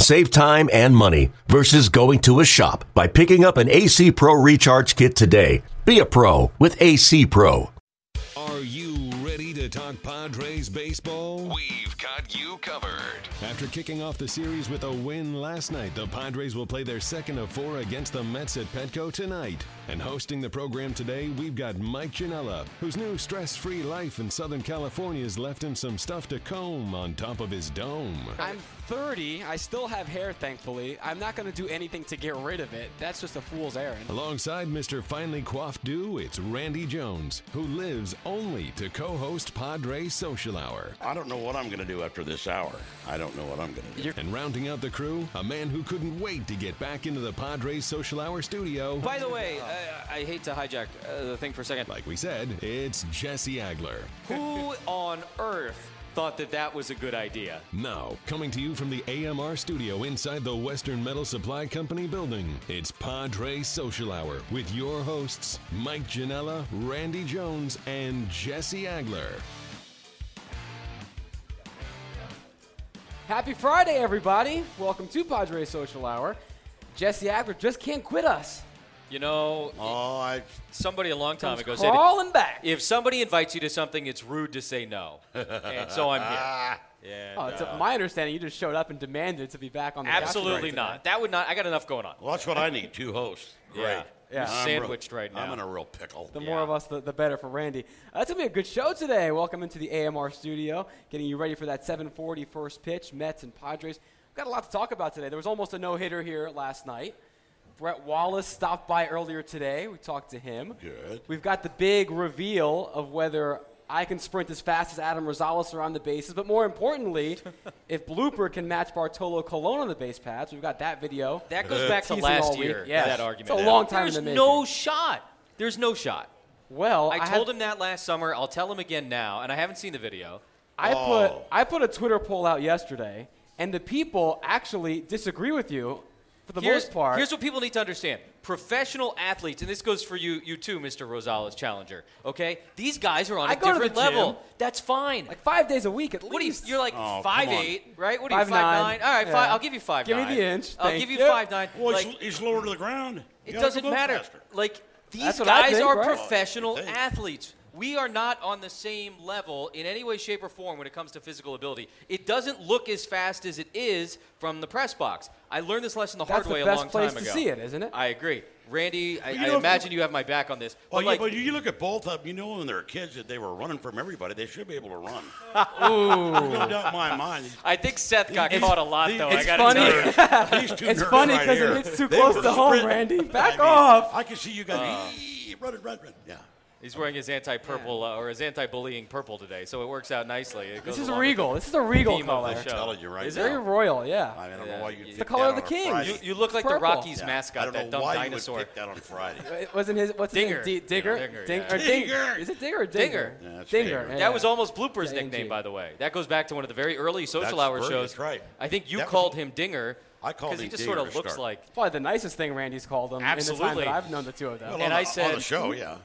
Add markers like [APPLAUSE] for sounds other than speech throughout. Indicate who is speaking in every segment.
Speaker 1: Save time and money versus going to a shop by picking up an AC Pro recharge kit today. Be a pro with AC Pro.
Speaker 2: Are you ready to talk Padres baseball? We've got you covered. After kicking off the series with a win last night, the Padres will play their second of four against the Mets at Petco tonight. And hosting the program today, we've got Mike Janella, whose new stress free life in Southern California has left him some stuff to comb on top of his dome.
Speaker 3: I'm 30. I still have hair, thankfully. I'm not going to do anything to get rid of it. That's just a fool's errand.
Speaker 2: Alongside Mr. Finely Coiffed Dew, it's Randy Jones, who lives only to co host Padre Social Hour.
Speaker 4: I don't know what I'm going to do after this hour. I don't know what I'm going to do.
Speaker 2: And rounding out the crew, a man who couldn't wait to get back into the Padres Social Hour studio.
Speaker 3: By the way, uh, I hate to hijack uh, the thing for a second. [LAUGHS]
Speaker 2: Like we said, it's Jesse Agler.
Speaker 3: Who on earth thought that that was a good idea?
Speaker 2: Now, coming to you from the AMR studio inside the Western Metal Supply Company building, it's Padre Social Hour with your hosts, Mike Janella, Randy Jones, and Jesse Agler.
Speaker 3: Happy Friday, everybody. Welcome to Padre Social Hour. Jesse Agler just can't quit us.
Speaker 5: You know,
Speaker 4: Oh, I,
Speaker 5: somebody a long time ago said,
Speaker 3: Crawling back.
Speaker 5: if somebody invites you to something, it's rude to say no. and
Speaker 4: [LAUGHS]
Speaker 5: so I'm here. Yeah.
Speaker 3: oh, it's uh, my understanding you just showed up and demanded to be back on the couch
Speaker 5: absolutely
Speaker 3: tonight.
Speaker 5: not. That would not. I got enough going on.
Speaker 4: well, that's what I need. Two hosts. Great.
Speaker 5: Yeah.
Speaker 3: Yeah.
Speaker 5: You're
Speaker 4: I'm real-
Speaker 5: sandwiched right now.
Speaker 4: I'm in a real pickle.
Speaker 3: The more of us, the, the better for Randy. Uh, it's going to be a good show today. Welcome into the AMR studio, getting you ready for that 740 first pitch, Mets and Padres. We've got a lot to talk about today. There was almost a no-hitter here last night. Brett Wallace stopped by earlier today. We talked to him.
Speaker 4: Good.
Speaker 3: We've got the big reveal of whether I can sprint as fast as Adam Rosales around the bases, but more
Speaker 5: [LAUGHS]
Speaker 3: importantly, if Blooper can match Bartolo Colon on the base paths. We've got that video.
Speaker 4: [LAUGHS]
Speaker 5: that goes back to
Speaker 3: Teasing all
Speaker 5: last
Speaker 3: week.
Speaker 5: year.
Speaker 3: Yes.
Speaker 5: That argument.
Speaker 3: It's a long time
Speaker 5: There's
Speaker 3: in the making.
Speaker 5: no shot. There's no shot.
Speaker 3: well,
Speaker 5: I,
Speaker 3: had-
Speaker 5: told him that last summer. I'll tell him again now. And I haven't seen the video.
Speaker 3: I put
Speaker 4: Oh.
Speaker 3: I put a Twitter poll out yesterday, and the people actually disagree with you for the
Speaker 5: here's,
Speaker 3: most part.
Speaker 5: Here's what people need to understand. Professional athletes, and this goes for you, you too, Mr. Rosales Challenger. Okay, these guys are on a
Speaker 3: I go to the
Speaker 5: different level.
Speaker 3: gym.
Speaker 5: That's fine.
Speaker 3: like five days a week at
Speaker 5: What are you?
Speaker 3: least.
Speaker 5: You're like
Speaker 4: Oh, come
Speaker 5: five
Speaker 4: on.
Speaker 5: eight, right? What are you?
Speaker 3: Five
Speaker 5: Five
Speaker 3: nine.
Speaker 5: nine. All right, five.
Speaker 3: Yeah.
Speaker 5: I'll give you five.
Speaker 3: Give me
Speaker 5: nine.
Speaker 3: the inch.
Speaker 5: I'll
Speaker 3: Thank
Speaker 5: give you,
Speaker 3: you.
Speaker 5: five nine.
Speaker 4: Well,
Speaker 5: like,
Speaker 4: he's, he's lower to the ground. You
Speaker 5: it
Speaker 4: gotta
Speaker 5: doesn't
Speaker 4: go
Speaker 5: matter.
Speaker 4: faster.
Speaker 5: Like these
Speaker 3: That's what I
Speaker 5: guys
Speaker 3: think,
Speaker 5: are
Speaker 3: right?
Speaker 5: professional
Speaker 4: Well, you think.
Speaker 5: athletes. We are not on the same level in any way, shape, or form when it comes to physical ability. It doesn't look as fast as it is from the press box. I learned this lesson the
Speaker 3: That's
Speaker 5: hard
Speaker 3: the
Speaker 5: way
Speaker 3: best
Speaker 5: a long
Speaker 3: place
Speaker 5: time
Speaker 3: to
Speaker 5: ago.
Speaker 3: see it, isn't it?
Speaker 5: I agree, Randy. I,
Speaker 4: you know, if
Speaker 5: I
Speaker 4: you-
Speaker 5: imagine you have my back on this.
Speaker 4: Well,
Speaker 5: But,
Speaker 4: yeah,
Speaker 5: like,
Speaker 4: but you look at both of them. You know, when they're kids, that they were running from everybody. They should be able to run. There's no doubt in my mind.
Speaker 5: I think Seth got
Speaker 4: These-
Speaker 5: caught a lot
Speaker 4: these-
Speaker 5: though.
Speaker 4: it's
Speaker 5: I got
Speaker 3: funny.
Speaker 4: These two
Speaker 3: It's
Speaker 4: nerds
Speaker 3: funny
Speaker 4: right
Speaker 3: 'cause it
Speaker 4: here,
Speaker 3: hits too
Speaker 4: they
Speaker 3: close
Speaker 4: were
Speaker 3: to home,
Speaker 4: sprinting.
Speaker 3: Randy.
Speaker 4: I mean,
Speaker 3: Back off.
Speaker 4: I can see you guys "Ee, running, running, running. Yeah.
Speaker 5: He's wearing his anti-purple uh, or his anti-bullying purple today, so it works out nicely.
Speaker 3: this
Speaker 5: It goes
Speaker 3: is
Speaker 5: along with
Speaker 3: regal. This is a regal
Speaker 5: theme of the
Speaker 3: color.
Speaker 5: show.
Speaker 4: Telling you right
Speaker 5: Is
Speaker 4: now.
Speaker 3: Very royal, yeah.
Speaker 4: I mean, I don't know why you.
Speaker 5: It's
Speaker 3: the color of the king.
Speaker 5: the-
Speaker 3: You-
Speaker 5: You, you look like the
Speaker 3: Purple.
Speaker 5: Rockies
Speaker 3: Yeah.
Speaker 5: mascot, that dumb dinosaur.
Speaker 4: pick that on
Speaker 5: [LAUGHS]
Speaker 4: Friday.
Speaker 3: It wasn't his. What's
Speaker 5: Dinger.
Speaker 3: his name? D- Digger.
Speaker 5: Yeah, Dinger,
Speaker 3: Ding-
Speaker 5: yeah.
Speaker 3: or Ding-
Speaker 4: Digger.
Speaker 3: Is it Digger or Dinger?
Speaker 5: Digger.
Speaker 4: Yeah, it's
Speaker 3: Dinger.
Speaker 4: Digger.
Speaker 3: yeah.
Speaker 5: That was almost Blooper's
Speaker 3: Yeah,
Speaker 5: nickname,
Speaker 3: NG.
Speaker 5: by the way. That goes back to one of the very early social
Speaker 4: That's
Speaker 5: hour
Speaker 4: Bird,
Speaker 5: shows.
Speaker 4: that's right.
Speaker 5: I think you
Speaker 4: That was-
Speaker 5: called him Dinger.
Speaker 4: I called
Speaker 5: because he
Speaker 4: him
Speaker 5: just
Speaker 4: Dinger
Speaker 5: sort of
Speaker 4: to
Speaker 5: looks
Speaker 4: start.
Speaker 5: like. [LAUGHS]
Speaker 3: probably the nicest thing Randy's called him in the
Speaker 5: Absolutely.
Speaker 3: time that I've known the two of them.
Speaker 4: Well,
Speaker 5: And
Speaker 4: on
Speaker 5: I
Speaker 4: the- on
Speaker 5: said-
Speaker 4: the show,
Speaker 5: [LAUGHS]
Speaker 4: yeah.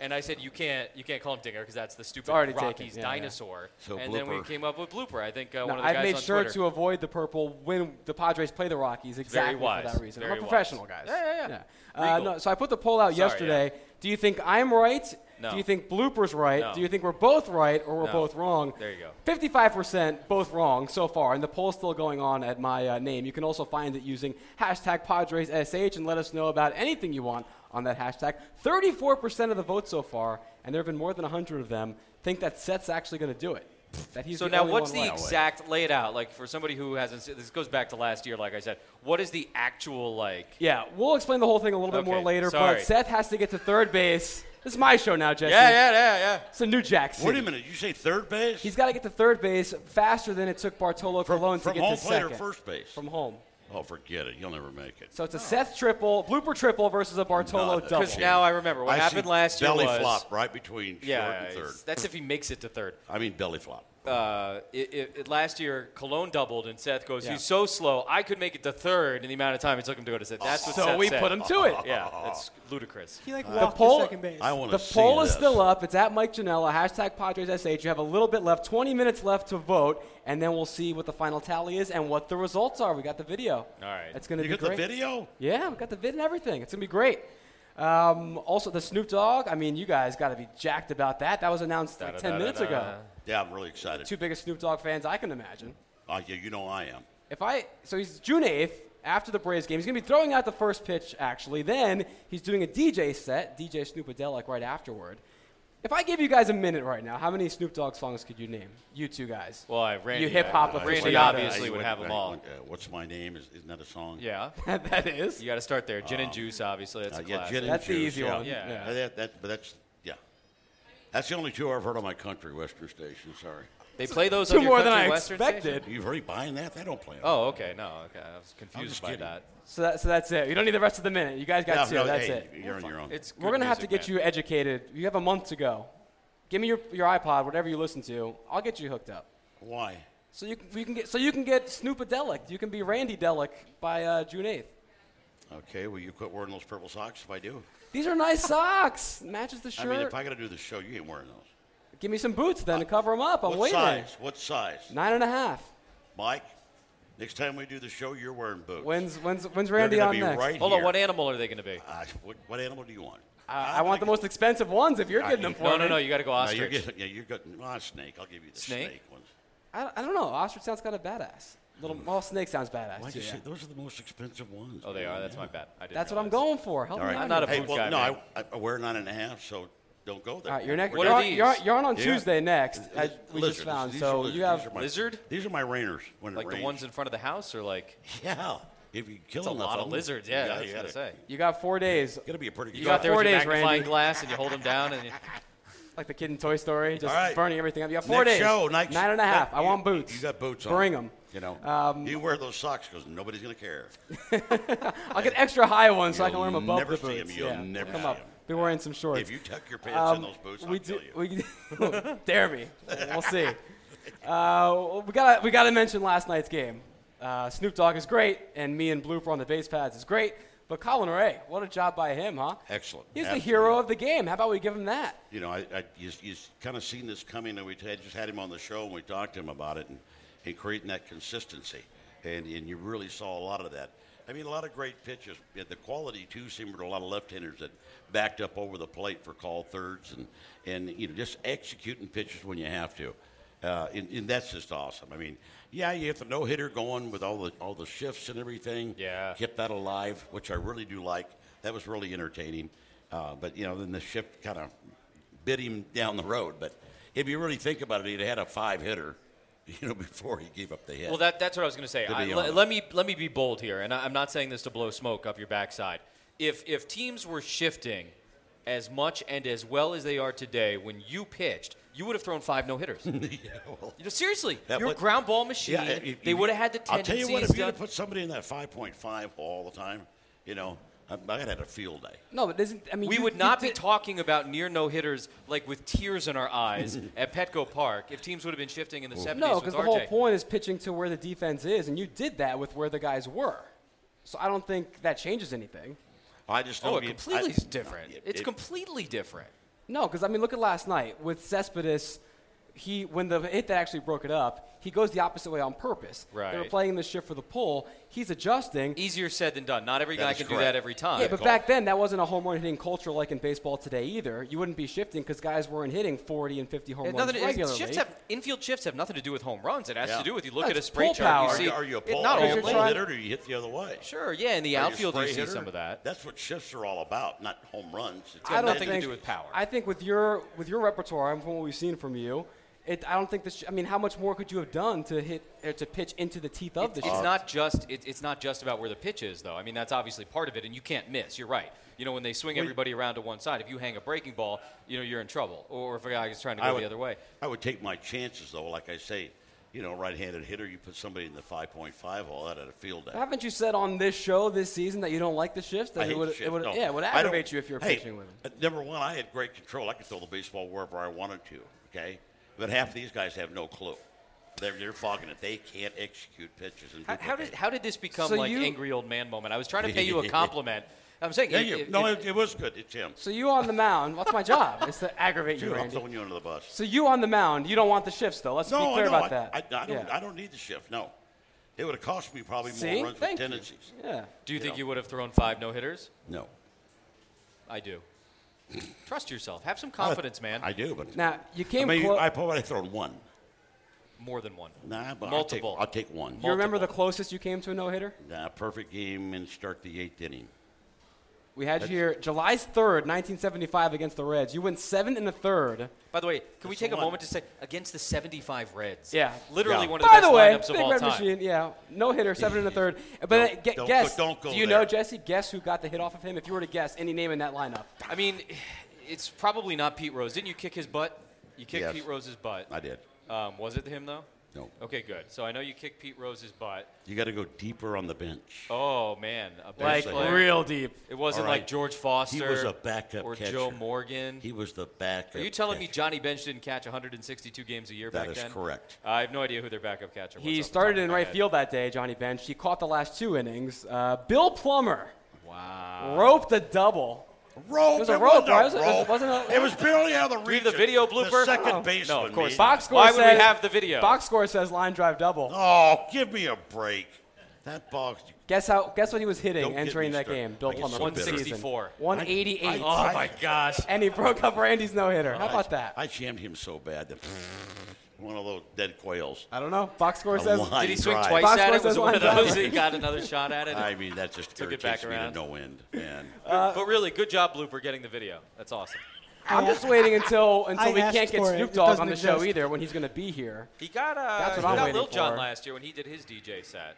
Speaker 5: and I said you can't you can't call him Dinger because that's the stupid
Speaker 3: already taken,
Speaker 5: Rockies
Speaker 3: yeah, yeah.
Speaker 5: dinosaur.
Speaker 4: So
Speaker 5: and then we
Speaker 4: Blooper.
Speaker 5: came up with Blooper. I think uh,
Speaker 3: No,
Speaker 5: one of the
Speaker 3: I've
Speaker 5: guys
Speaker 3: made
Speaker 5: on
Speaker 3: sure
Speaker 5: Twitter.
Speaker 3: to avoid the purple when the Padres play the Rockies exactly
Speaker 5: wise,
Speaker 3: for that reason.
Speaker 5: very
Speaker 3: I'm a
Speaker 5: wise.
Speaker 3: professional, guys.
Speaker 5: Yeah, yeah, yeah.
Speaker 3: Uh,
Speaker 5: Legal.
Speaker 3: no, so I put the poll out
Speaker 5: Sorry,
Speaker 3: yesterday. Do you think I'm right?
Speaker 5: No.
Speaker 3: Do you think bloopers right?
Speaker 5: No.
Speaker 3: Do you think we're both right or we're
Speaker 5: No.
Speaker 3: both wrong?
Speaker 5: There you go.
Speaker 3: 55% both wrong so far, and the poll's still going on at my uh, name. You can also find it using hashtag PadresSH and let us know about anything you want on that hashtag. 34% of the votes so far, and there have been more than 100 of them, think that Seth's actually going to do it. That he's
Speaker 5: So
Speaker 3: the
Speaker 5: now,
Speaker 3: only
Speaker 5: what's
Speaker 3: one
Speaker 5: the
Speaker 3: right.
Speaker 5: exact lay it out like for somebody who hasn't? seen This goes back to last year, like I said. What is the actual like?
Speaker 3: Yeah, we'll explain the whole thing a little bit more
Speaker 5: Okay,
Speaker 3: later,
Speaker 5: sorry.
Speaker 3: but Seth has to get to third base. This is my show now, Jesse.
Speaker 5: Yeah, yeah, yeah, yeah.
Speaker 3: It's a new Jack City.
Speaker 4: Wait a minute. You say third base?
Speaker 3: He's got to get to third base faster than it took Bartolo
Speaker 4: from
Speaker 3: Colon
Speaker 4: from
Speaker 3: to get
Speaker 4: home
Speaker 3: to
Speaker 4: plate
Speaker 3: second.
Speaker 4: or first base?
Speaker 3: From home.
Speaker 4: Oh, forget it. You'll never make it.
Speaker 3: So it's a Seth triple, blooper triple versus a Bartolo
Speaker 4: Not a
Speaker 3: double.
Speaker 5: Because now I remember what
Speaker 4: I see
Speaker 5: happened last year
Speaker 4: belly
Speaker 5: was
Speaker 4: flop right between
Speaker 5: yeah,
Speaker 4: short and third.
Speaker 5: it's- that's if he makes it to third.
Speaker 4: I mean belly flop.
Speaker 5: Uh, it, it, it- last year, Cologne doubled, and Seth goes,
Speaker 3: Yeah.
Speaker 5: "He's so slow. I could make it to third in the amount of time it took him to go to Seth." That's what
Speaker 3: So
Speaker 5: Seth
Speaker 3: we
Speaker 5: said.
Speaker 3: put him to
Speaker 4: [LAUGHS]
Speaker 3: it.
Speaker 5: [LAUGHS] Yeah, that's ludicrous.
Speaker 6: He like
Speaker 3: The
Speaker 6: walked
Speaker 3: poll-
Speaker 6: to second base.
Speaker 4: I want
Speaker 3: The
Speaker 4: to see
Speaker 3: poll is
Speaker 4: this.
Speaker 3: still up. It's at Mike Janella, hashtag Padres SH. You have a little bit left, 20 minutes left to vote, and then we'll see what the final tally is and what the results are. We got the video. All
Speaker 5: right.
Speaker 3: It's going to
Speaker 4: You
Speaker 3: be
Speaker 4: got
Speaker 3: great.
Speaker 4: the video?
Speaker 3: Yeah, we got the vid and everything. It's gonna be great. Um, also, the Snoop Dogg. I mean, you guys got to be jacked about that. That was announced like ten minutes ago.
Speaker 4: Yeah, I'm really excited.
Speaker 3: Two biggest Snoop Dogg fans I can imagine.
Speaker 4: Uh, yeah, you know I am.
Speaker 3: If I so he's June eighth after the Braves game. He's gonna be throwing out the first pitch actually. Then he's doing a DJ set, DJ Snoopadelic right afterward. If I give you guys a minute right now, how many Snoop Dogg songs could you name? You two guys.
Speaker 5: Well, I Randy,
Speaker 3: You hip hop
Speaker 5: uh, Randy
Speaker 3: aficionado.
Speaker 5: obviously would have
Speaker 4: Wait,
Speaker 5: them
Speaker 4: wait,
Speaker 5: all.
Speaker 4: wait, uh, what's my name? Is, isn't that a song?
Speaker 5: Yeah,
Speaker 3: [LAUGHS] that is.
Speaker 5: you got to start there. Gin and juice, obviously. That's
Speaker 4: Uh,
Speaker 5: a
Speaker 4: yeah,
Speaker 5: classic.
Speaker 4: gin and
Speaker 3: That's the
Speaker 4: juice,
Speaker 3: easy
Speaker 4: yeah.
Speaker 3: one.
Speaker 5: Yeah.
Speaker 4: Uh, that- that- but that's yeah. That's the only two I've heard on my country western station. Sorry.
Speaker 5: They play those
Speaker 3: Two
Speaker 5: on your
Speaker 3: more than
Speaker 5: country
Speaker 3: I
Speaker 5: western
Speaker 3: expected.
Speaker 5: station?
Speaker 4: You've already buying that? They don't play. on-
Speaker 5: Oh, okay. No, okay. I was confused
Speaker 4: just
Speaker 5: by
Speaker 4: kidding.
Speaker 5: that.
Speaker 3: So that, so that's it. You don't need the rest of the minute. You guys got
Speaker 4: No,
Speaker 3: two.
Speaker 4: no,
Speaker 3: that's
Speaker 4: hey,
Speaker 3: it.
Speaker 4: You're on your own.
Speaker 5: It's
Speaker 3: We're
Speaker 5: good
Speaker 3: gonna have to
Speaker 5: music,
Speaker 3: get
Speaker 5: man.
Speaker 3: you educated. You have a month to go. Give me your, your iPod, whatever you listen to. I'll get you hooked up.
Speaker 4: Why?
Speaker 3: So you, can- we can get so you can get Snoopadelic. You can be Randy Delic by uh, June 8th.
Speaker 4: Okay. Will you quit wearing those purple socks if I do?
Speaker 3: These are
Speaker 5: [LAUGHS]
Speaker 3: nice socks. Matches the
Speaker 4: I
Speaker 3: shirt.
Speaker 4: mean, if I got to do the show, you ain't wearing those.
Speaker 3: Give me some boots then to cover them up. I'm
Speaker 4: what
Speaker 3: waiting.
Speaker 4: size? What size?
Speaker 3: Nine and a half.
Speaker 4: Mike, next time we do the show, you're wearing boots.
Speaker 3: When's when's when's
Speaker 4: They're
Speaker 3: Randy
Speaker 4: gonna
Speaker 3: on
Speaker 4: be
Speaker 3: next?
Speaker 4: right
Speaker 5: Hold
Speaker 4: here.
Speaker 5: on. What animal are they going to be?
Speaker 4: Uh, what, what animal do you want?
Speaker 3: I, I want the most expensive ones if you're
Speaker 4: I-
Speaker 3: getting them for
Speaker 5: No,
Speaker 3: me.
Speaker 5: no, no. You got to go
Speaker 4: No, you're
Speaker 5: ostrich.
Speaker 4: getting, yeah, you're getting ah, snake. I'll give you the
Speaker 5: Snake?
Speaker 4: snake, ones.
Speaker 3: I, I don't know. Ostrich sounds kind of badass. Little well, snake sounds badass
Speaker 4: Why'd
Speaker 3: too.
Speaker 4: you
Speaker 3: yeah.
Speaker 4: say those are the most expensive ones?
Speaker 5: oh, they are. That's my bad. I didn't
Speaker 3: That's what I'm
Speaker 5: realize.
Speaker 3: going for. Help
Speaker 4: All right.
Speaker 3: me out.
Speaker 5: I'm not a
Speaker 4: hey,
Speaker 5: boot
Speaker 4: well,
Speaker 5: guy,
Speaker 4: No,
Speaker 5: man.
Speaker 4: I, I wear nine and a half, so don't go there.
Speaker 3: All right, you're next.
Speaker 5: What
Speaker 3: you're,
Speaker 5: are
Speaker 3: on, you're, on-
Speaker 5: these?
Speaker 3: you're on on
Speaker 4: Yeah.
Speaker 3: Tuesday next. I,
Speaker 4: Th-
Speaker 3: we
Speaker 4: lizards.
Speaker 3: just found.
Speaker 4: These are
Speaker 3: So
Speaker 4: lizards.
Speaker 3: you
Speaker 4: These
Speaker 3: have.
Speaker 4: are my-
Speaker 5: Lizard?
Speaker 4: These are my rainers when it
Speaker 5: Like the
Speaker 4: rains.
Speaker 5: ones in front of the house, or like
Speaker 4: Yeah. If you kill
Speaker 5: it's a
Speaker 4: enough
Speaker 5: lot of
Speaker 4: them,
Speaker 5: lizards.
Speaker 4: you
Speaker 5: Yeah,
Speaker 4: gotta-
Speaker 5: that's
Speaker 4: you
Speaker 5: what I
Speaker 4: gotta-
Speaker 5: say.
Speaker 3: You got four days,
Speaker 4: Gotta be a pretty.
Speaker 5: You
Speaker 4: good
Speaker 5: go out there
Speaker 3: four
Speaker 5: with your
Speaker 3: days,
Speaker 5: magnifying
Speaker 3: Randy.
Speaker 5: glass and you hold them down, and you,
Speaker 4: [LAUGHS]
Speaker 3: like the kid in Toy Story, just
Speaker 4: All right.
Speaker 3: burning everything up. You got four
Speaker 4: Next
Speaker 3: days.
Speaker 4: show, next-
Speaker 3: nine and a half.
Speaker 4: that-
Speaker 3: I
Speaker 4: you-
Speaker 3: want boots.
Speaker 4: You got boots on.
Speaker 3: Bring them.
Speaker 4: You know,
Speaker 3: Um,
Speaker 4: you wear those socks because nobody's gonna care.
Speaker 3: I'll get extra high ones so I can wear them
Speaker 4: You'll
Speaker 3: above
Speaker 4: never
Speaker 3: the
Speaker 4: see 'em.
Speaker 3: boots.
Speaker 4: You'll
Speaker 3: yeah.
Speaker 4: never
Speaker 3: come
Speaker 4: see
Speaker 3: up.
Speaker 4: 'em.
Speaker 3: Be wearing some shorts.
Speaker 4: If you tuck your pants in those boots, I'll
Speaker 3: um, we
Speaker 4: tell
Speaker 3: do,
Speaker 4: you.
Speaker 3: We, [LAUGHS] dare me. We'll
Speaker 4: [LAUGHS]
Speaker 3: see. Uh, we got we got to mention last night's game. Uh, Snoop Dogg is great, and me and Blooper on the base pads is great. But Colin Ray, what a job by him, huh?
Speaker 4: Excellent.
Speaker 3: He's the
Speaker 4: Absolutely.
Speaker 3: hero of the game. How about we give him that?
Speaker 4: you know, I, I you, you kind of seen this coming, and we had, just had him on the show, and we talked to him about it, and, and creating that consistency, and and you really saw a lot of that. I mean, a lot of great pitches. Yeah, the quality too seemed to a lot of left-handers that backed up over the plate for call thirds, and and you know just executing pitches when you have to. Uh, and, and that's just awesome. I mean, yeah, you have the no hitter going with all the all the shifts and everything.
Speaker 5: Yeah.
Speaker 4: kept that alive, which I really do like. That was really entertaining. Uh, but you know, then the shift kind of bit him down the road. But if you really think about it, he'd had a five hitter, [LAUGHS] you know, before he gave up the hit.
Speaker 5: well, that, that's what I was going to say.
Speaker 4: To
Speaker 5: I,
Speaker 4: be
Speaker 5: le-
Speaker 4: honest.
Speaker 5: let me let me be bold here, and I, I'm not saying this to blow smoke up your backside. If if teams were shifting as much and as well as they are today, when you pitched, you would have thrown five
Speaker 4: [LAUGHS]
Speaker 5: no hitters. you
Speaker 4: [LAUGHS] Yeah, well,
Speaker 5: know, seriously,
Speaker 4: that
Speaker 5: you're a
Speaker 4: was-
Speaker 5: ground ball machine.
Speaker 4: yeah, if-
Speaker 5: they
Speaker 4: if-
Speaker 5: would have had the
Speaker 4: I'll
Speaker 5: tendencies.
Speaker 4: tell you what, if you
Speaker 5: done-
Speaker 4: would put somebody in that 5.5 all the time, you know, I, I had a field day.
Speaker 3: No, but isn't I mean
Speaker 5: we
Speaker 3: you-
Speaker 5: would
Speaker 3: you
Speaker 5: not be
Speaker 3: did-
Speaker 5: talking about near no hitters like with tears in our eyes [LAUGHS] at Petco Park if teams would have been shifting in the 70s
Speaker 3: No,
Speaker 5: with
Speaker 3: because
Speaker 5: RJ.
Speaker 3: the whole point is pitching to where the defense is, and you did that with where the guys were. So I don't think that changes anything.
Speaker 4: I just know
Speaker 5: oh, it
Speaker 4: you-
Speaker 5: completely
Speaker 4: I-
Speaker 5: is different.
Speaker 4: it-
Speaker 5: it's
Speaker 4: it-
Speaker 5: completely different.
Speaker 3: No, because I mean, look at last night with Cespedes. He when the hit that actually broke it up, he goes the opposite way on purpose. They were
Speaker 5: Right.
Speaker 3: playing the shift for the pull. He's adjusting.
Speaker 5: Easier said than done. Not every guy
Speaker 4: is
Speaker 5: can do
Speaker 4: correct.
Speaker 5: that every time.
Speaker 3: Yeah, but back then that wasn't a home run hitting culture like in baseball today either. You wouldn't be shifting because guys weren't hitting 40 and 50 home
Speaker 5: It-
Speaker 3: runs
Speaker 5: nothing- it's-
Speaker 3: regularly.
Speaker 5: shifts have infield shifts have nothing to do with home runs. It has
Speaker 4: Yeah.
Speaker 5: to do with you look
Speaker 3: No,
Speaker 5: at a
Speaker 3: it's
Speaker 5: spray
Speaker 3: pull
Speaker 5: chart.
Speaker 3: power.
Speaker 5: You see,
Speaker 4: Are you a
Speaker 5: it
Speaker 4: ball,
Speaker 5: not
Speaker 4: are you
Speaker 5: only
Speaker 4: a ball
Speaker 3: trying-
Speaker 4: hitter or do you hit the other way?
Speaker 5: sure, yeah. In the
Speaker 4: Are you a
Speaker 5: outfield, you
Speaker 4: spray
Speaker 5: see
Speaker 4: hitter?
Speaker 5: some of that.
Speaker 4: That's what shifts are all about, not home runs. It's
Speaker 5: got
Speaker 3: I don't
Speaker 5: nothing to
Speaker 3: think,
Speaker 5: do with power.
Speaker 3: I think with your with your repertoire and from what we've seen from you, it, I don't think this. I mean, how much more could you have done to hit or to pitch into the teeth of the
Speaker 5: It's
Speaker 3: shift?
Speaker 5: not just it, it's not just about where the pitch is, though. I mean, that's obviously part of it, and you can't miss. You're right. You know, when they swing everybody around to one side, if you hang a breaking ball, you know you're in trouble. Or if a guy is trying to
Speaker 4: I
Speaker 5: go
Speaker 4: would-
Speaker 5: the other way,
Speaker 4: I would take my chances, though. Like I say, you know, right-handed hitter, you put somebody in the 5.5 hole out at a field day.
Speaker 3: Haven't you said on this show this season that you don't like the shifts? That
Speaker 4: I hate
Speaker 3: it would,
Speaker 4: the
Speaker 3: It
Speaker 4: shit.
Speaker 3: would,
Speaker 4: No.
Speaker 3: Yeah, it would
Speaker 4: I don't-
Speaker 3: aggravate you if you were
Speaker 4: Hey,
Speaker 3: pitching with them.
Speaker 4: uh, Number one, I had great control. I could throw the baseball wherever I wanted to. Okay, but half of these guys have no clue. They're they're fogging it. They can't execute pitches. And
Speaker 5: How, how, did,
Speaker 4: duplicate.
Speaker 5: how did this become
Speaker 3: So
Speaker 5: like
Speaker 3: you-
Speaker 5: angry old man moment? I was trying to pay
Speaker 4: [LAUGHS]
Speaker 5: you a compliment. I'm saying
Speaker 4: Thank
Speaker 5: it-
Speaker 4: you.
Speaker 5: it-
Speaker 4: no,
Speaker 5: it-
Speaker 4: it, it was good. It's him.
Speaker 3: So you on the mound? What's my job? It's to aggravate you,
Speaker 4: Dude, I'm
Speaker 3: Randy.
Speaker 4: throwing you under the bus.
Speaker 3: So you on the mound? You don't want the shifts though. Let's be
Speaker 4: no,
Speaker 3: clear
Speaker 4: no,
Speaker 3: about
Speaker 4: I,
Speaker 3: that.
Speaker 4: I, I don't.
Speaker 3: Yeah.
Speaker 4: I don't need the shift. No, it would have cost me probably
Speaker 3: See?
Speaker 4: more runs
Speaker 3: Thank
Speaker 4: with
Speaker 3: you.
Speaker 4: tendencies.
Speaker 3: Yeah.
Speaker 5: do you think
Speaker 4: Yeah.
Speaker 5: you would have thrown five no hitters?
Speaker 4: No
Speaker 5: I do. Trust yourself. Have some confidence, man.
Speaker 4: Uh, I do, but
Speaker 3: Now you
Speaker 4: I
Speaker 3: came
Speaker 4: mean,
Speaker 3: close.
Speaker 4: I probably thrown one.
Speaker 5: More than one.
Speaker 4: Nah, but
Speaker 5: Multiple.
Speaker 4: I'll take, I'll take one.
Speaker 3: you remember the closest you came to a no hitter?
Speaker 4: Nah, perfect game and start the eighth inning.
Speaker 3: We had you here July 3rd, 1975, against the Reds. You went seven and a third.
Speaker 5: By the way, can we
Speaker 4: Just
Speaker 5: take a
Speaker 4: one.
Speaker 5: moment to say against the 75 Reds?
Speaker 3: Yeah.
Speaker 5: Literally
Speaker 4: Yeah.
Speaker 5: one of the
Speaker 3: By
Speaker 5: best
Speaker 3: the way,
Speaker 5: lineups
Speaker 3: big
Speaker 5: of all
Speaker 3: red
Speaker 5: time.
Speaker 3: machine. Yeah, no hitter, seven and a
Speaker 4: [LAUGHS]
Speaker 3: third. But uh, gu-
Speaker 4: don't-
Speaker 3: guess.
Speaker 4: don't go
Speaker 3: do you
Speaker 4: there.
Speaker 3: know Jesse? Guess who got the hit off of him? If you were to guess any name in that lineup,
Speaker 5: I mean, it's probably not Pete Rose. Didn't you kick his butt? You kicked
Speaker 4: Yes.
Speaker 5: Pete Rose's butt.
Speaker 4: I did.
Speaker 5: Um, was it him, though?
Speaker 4: No.
Speaker 5: Okay, good. So I know you kicked Pete Rose's butt.
Speaker 4: You got to go deeper on the bench.
Speaker 5: Oh, man. A bench
Speaker 4: Like,
Speaker 5: player.
Speaker 3: real deep.
Speaker 5: It wasn't
Speaker 4: All right.
Speaker 5: like George Foster.
Speaker 4: He was a backup
Speaker 5: Or
Speaker 4: catcher.
Speaker 5: Joe Morgan.
Speaker 4: He was the backup.
Speaker 5: Are you telling me
Speaker 4: catcher.
Speaker 5: Johnny Bench didn't catch 162 games a year
Speaker 4: That
Speaker 5: back
Speaker 4: is
Speaker 5: then?
Speaker 4: correct.
Speaker 5: I have no idea who their backup catcher was.
Speaker 3: He
Speaker 5: off the top
Speaker 3: started
Speaker 5: of
Speaker 3: in
Speaker 5: my
Speaker 3: right
Speaker 5: head.
Speaker 3: field that day, Johnny Bench. He caught the last two innings. Uh, Bill Plummer
Speaker 5: Wow.
Speaker 3: roped a double.
Speaker 4: Rope.
Speaker 3: It was a rope,
Speaker 4: wasn't
Speaker 3: right? It was- it was-
Speaker 4: rope.
Speaker 3: wasn't a-
Speaker 4: It was barely out of the
Speaker 5: we
Speaker 4: reach.
Speaker 5: have the video
Speaker 4: of
Speaker 5: blooper? Oh,
Speaker 4: The second
Speaker 5: No, of
Speaker 4: baseman. man.
Speaker 5: course not.
Speaker 3: Box score
Speaker 5: Why would we
Speaker 3: said-
Speaker 5: have the video?
Speaker 3: Box score says line drive double.
Speaker 4: Oh, give me a break. That box.
Speaker 3: Guess how? Guess what he was hitting
Speaker 4: Don't get
Speaker 3: entering
Speaker 4: me
Speaker 3: that
Speaker 4: started.
Speaker 3: game. Bill
Speaker 4: I get
Speaker 3: Plummer.
Speaker 4: so bitter.
Speaker 5: 164.
Speaker 3: 188.
Speaker 4: I-
Speaker 5: Oh, my gosh.
Speaker 3: and he broke up Randy's no hitter. How about that?
Speaker 4: I jammed him so bad that [LAUGHS] one of those dead quails.
Speaker 3: I don't know. Box score
Speaker 4: A
Speaker 3: says.
Speaker 4: line.
Speaker 5: Did he swing
Speaker 4: drive.
Speaker 5: twice
Speaker 3: Box
Speaker 5: at
Speaker 3: score
Speaker 5: it? Was
Speaker 3: says
Speaker 5: it one of
Speaker 3: line
Speaker 5: those?
Speaker 3: drive.
Speaker 5: He got another shot at it.
Speaker 4: I mean, that just
Speaker 5: Took it
Speaker 4: irritates
Speaker 5: back
Speaker 4: me to
Speaker 5: around.
Speaker 4: no end, man.
Speaker 3: Uh,
Speaker 5: but really, good job, Blooper, getting the video. That's awesome.
Speaker 3: I'm just waiting until until
Speaker 6: [LAUGHS] I
Speaker 3: we can't
Speaker 6: asked
Speaker 3: get
Speaker 6: for it.
Speaker 3: Snoop
Speaker 6: It
Speaker 3: Dogg
Speaker 6: doesn't
Speaker 3: on the show
Speaker 6: exist.
Speaker 3: either when he's going to be here.
Speaker 5: He got uh,
Speaker 3: That's
Speaker 5: he
Speaker 3: what I'm
Speaker 5: got
Speaker 3: waiting
Speaker 5: Lil John
Speaker 3: for.
Speaker 5: last year when he did his DJ set.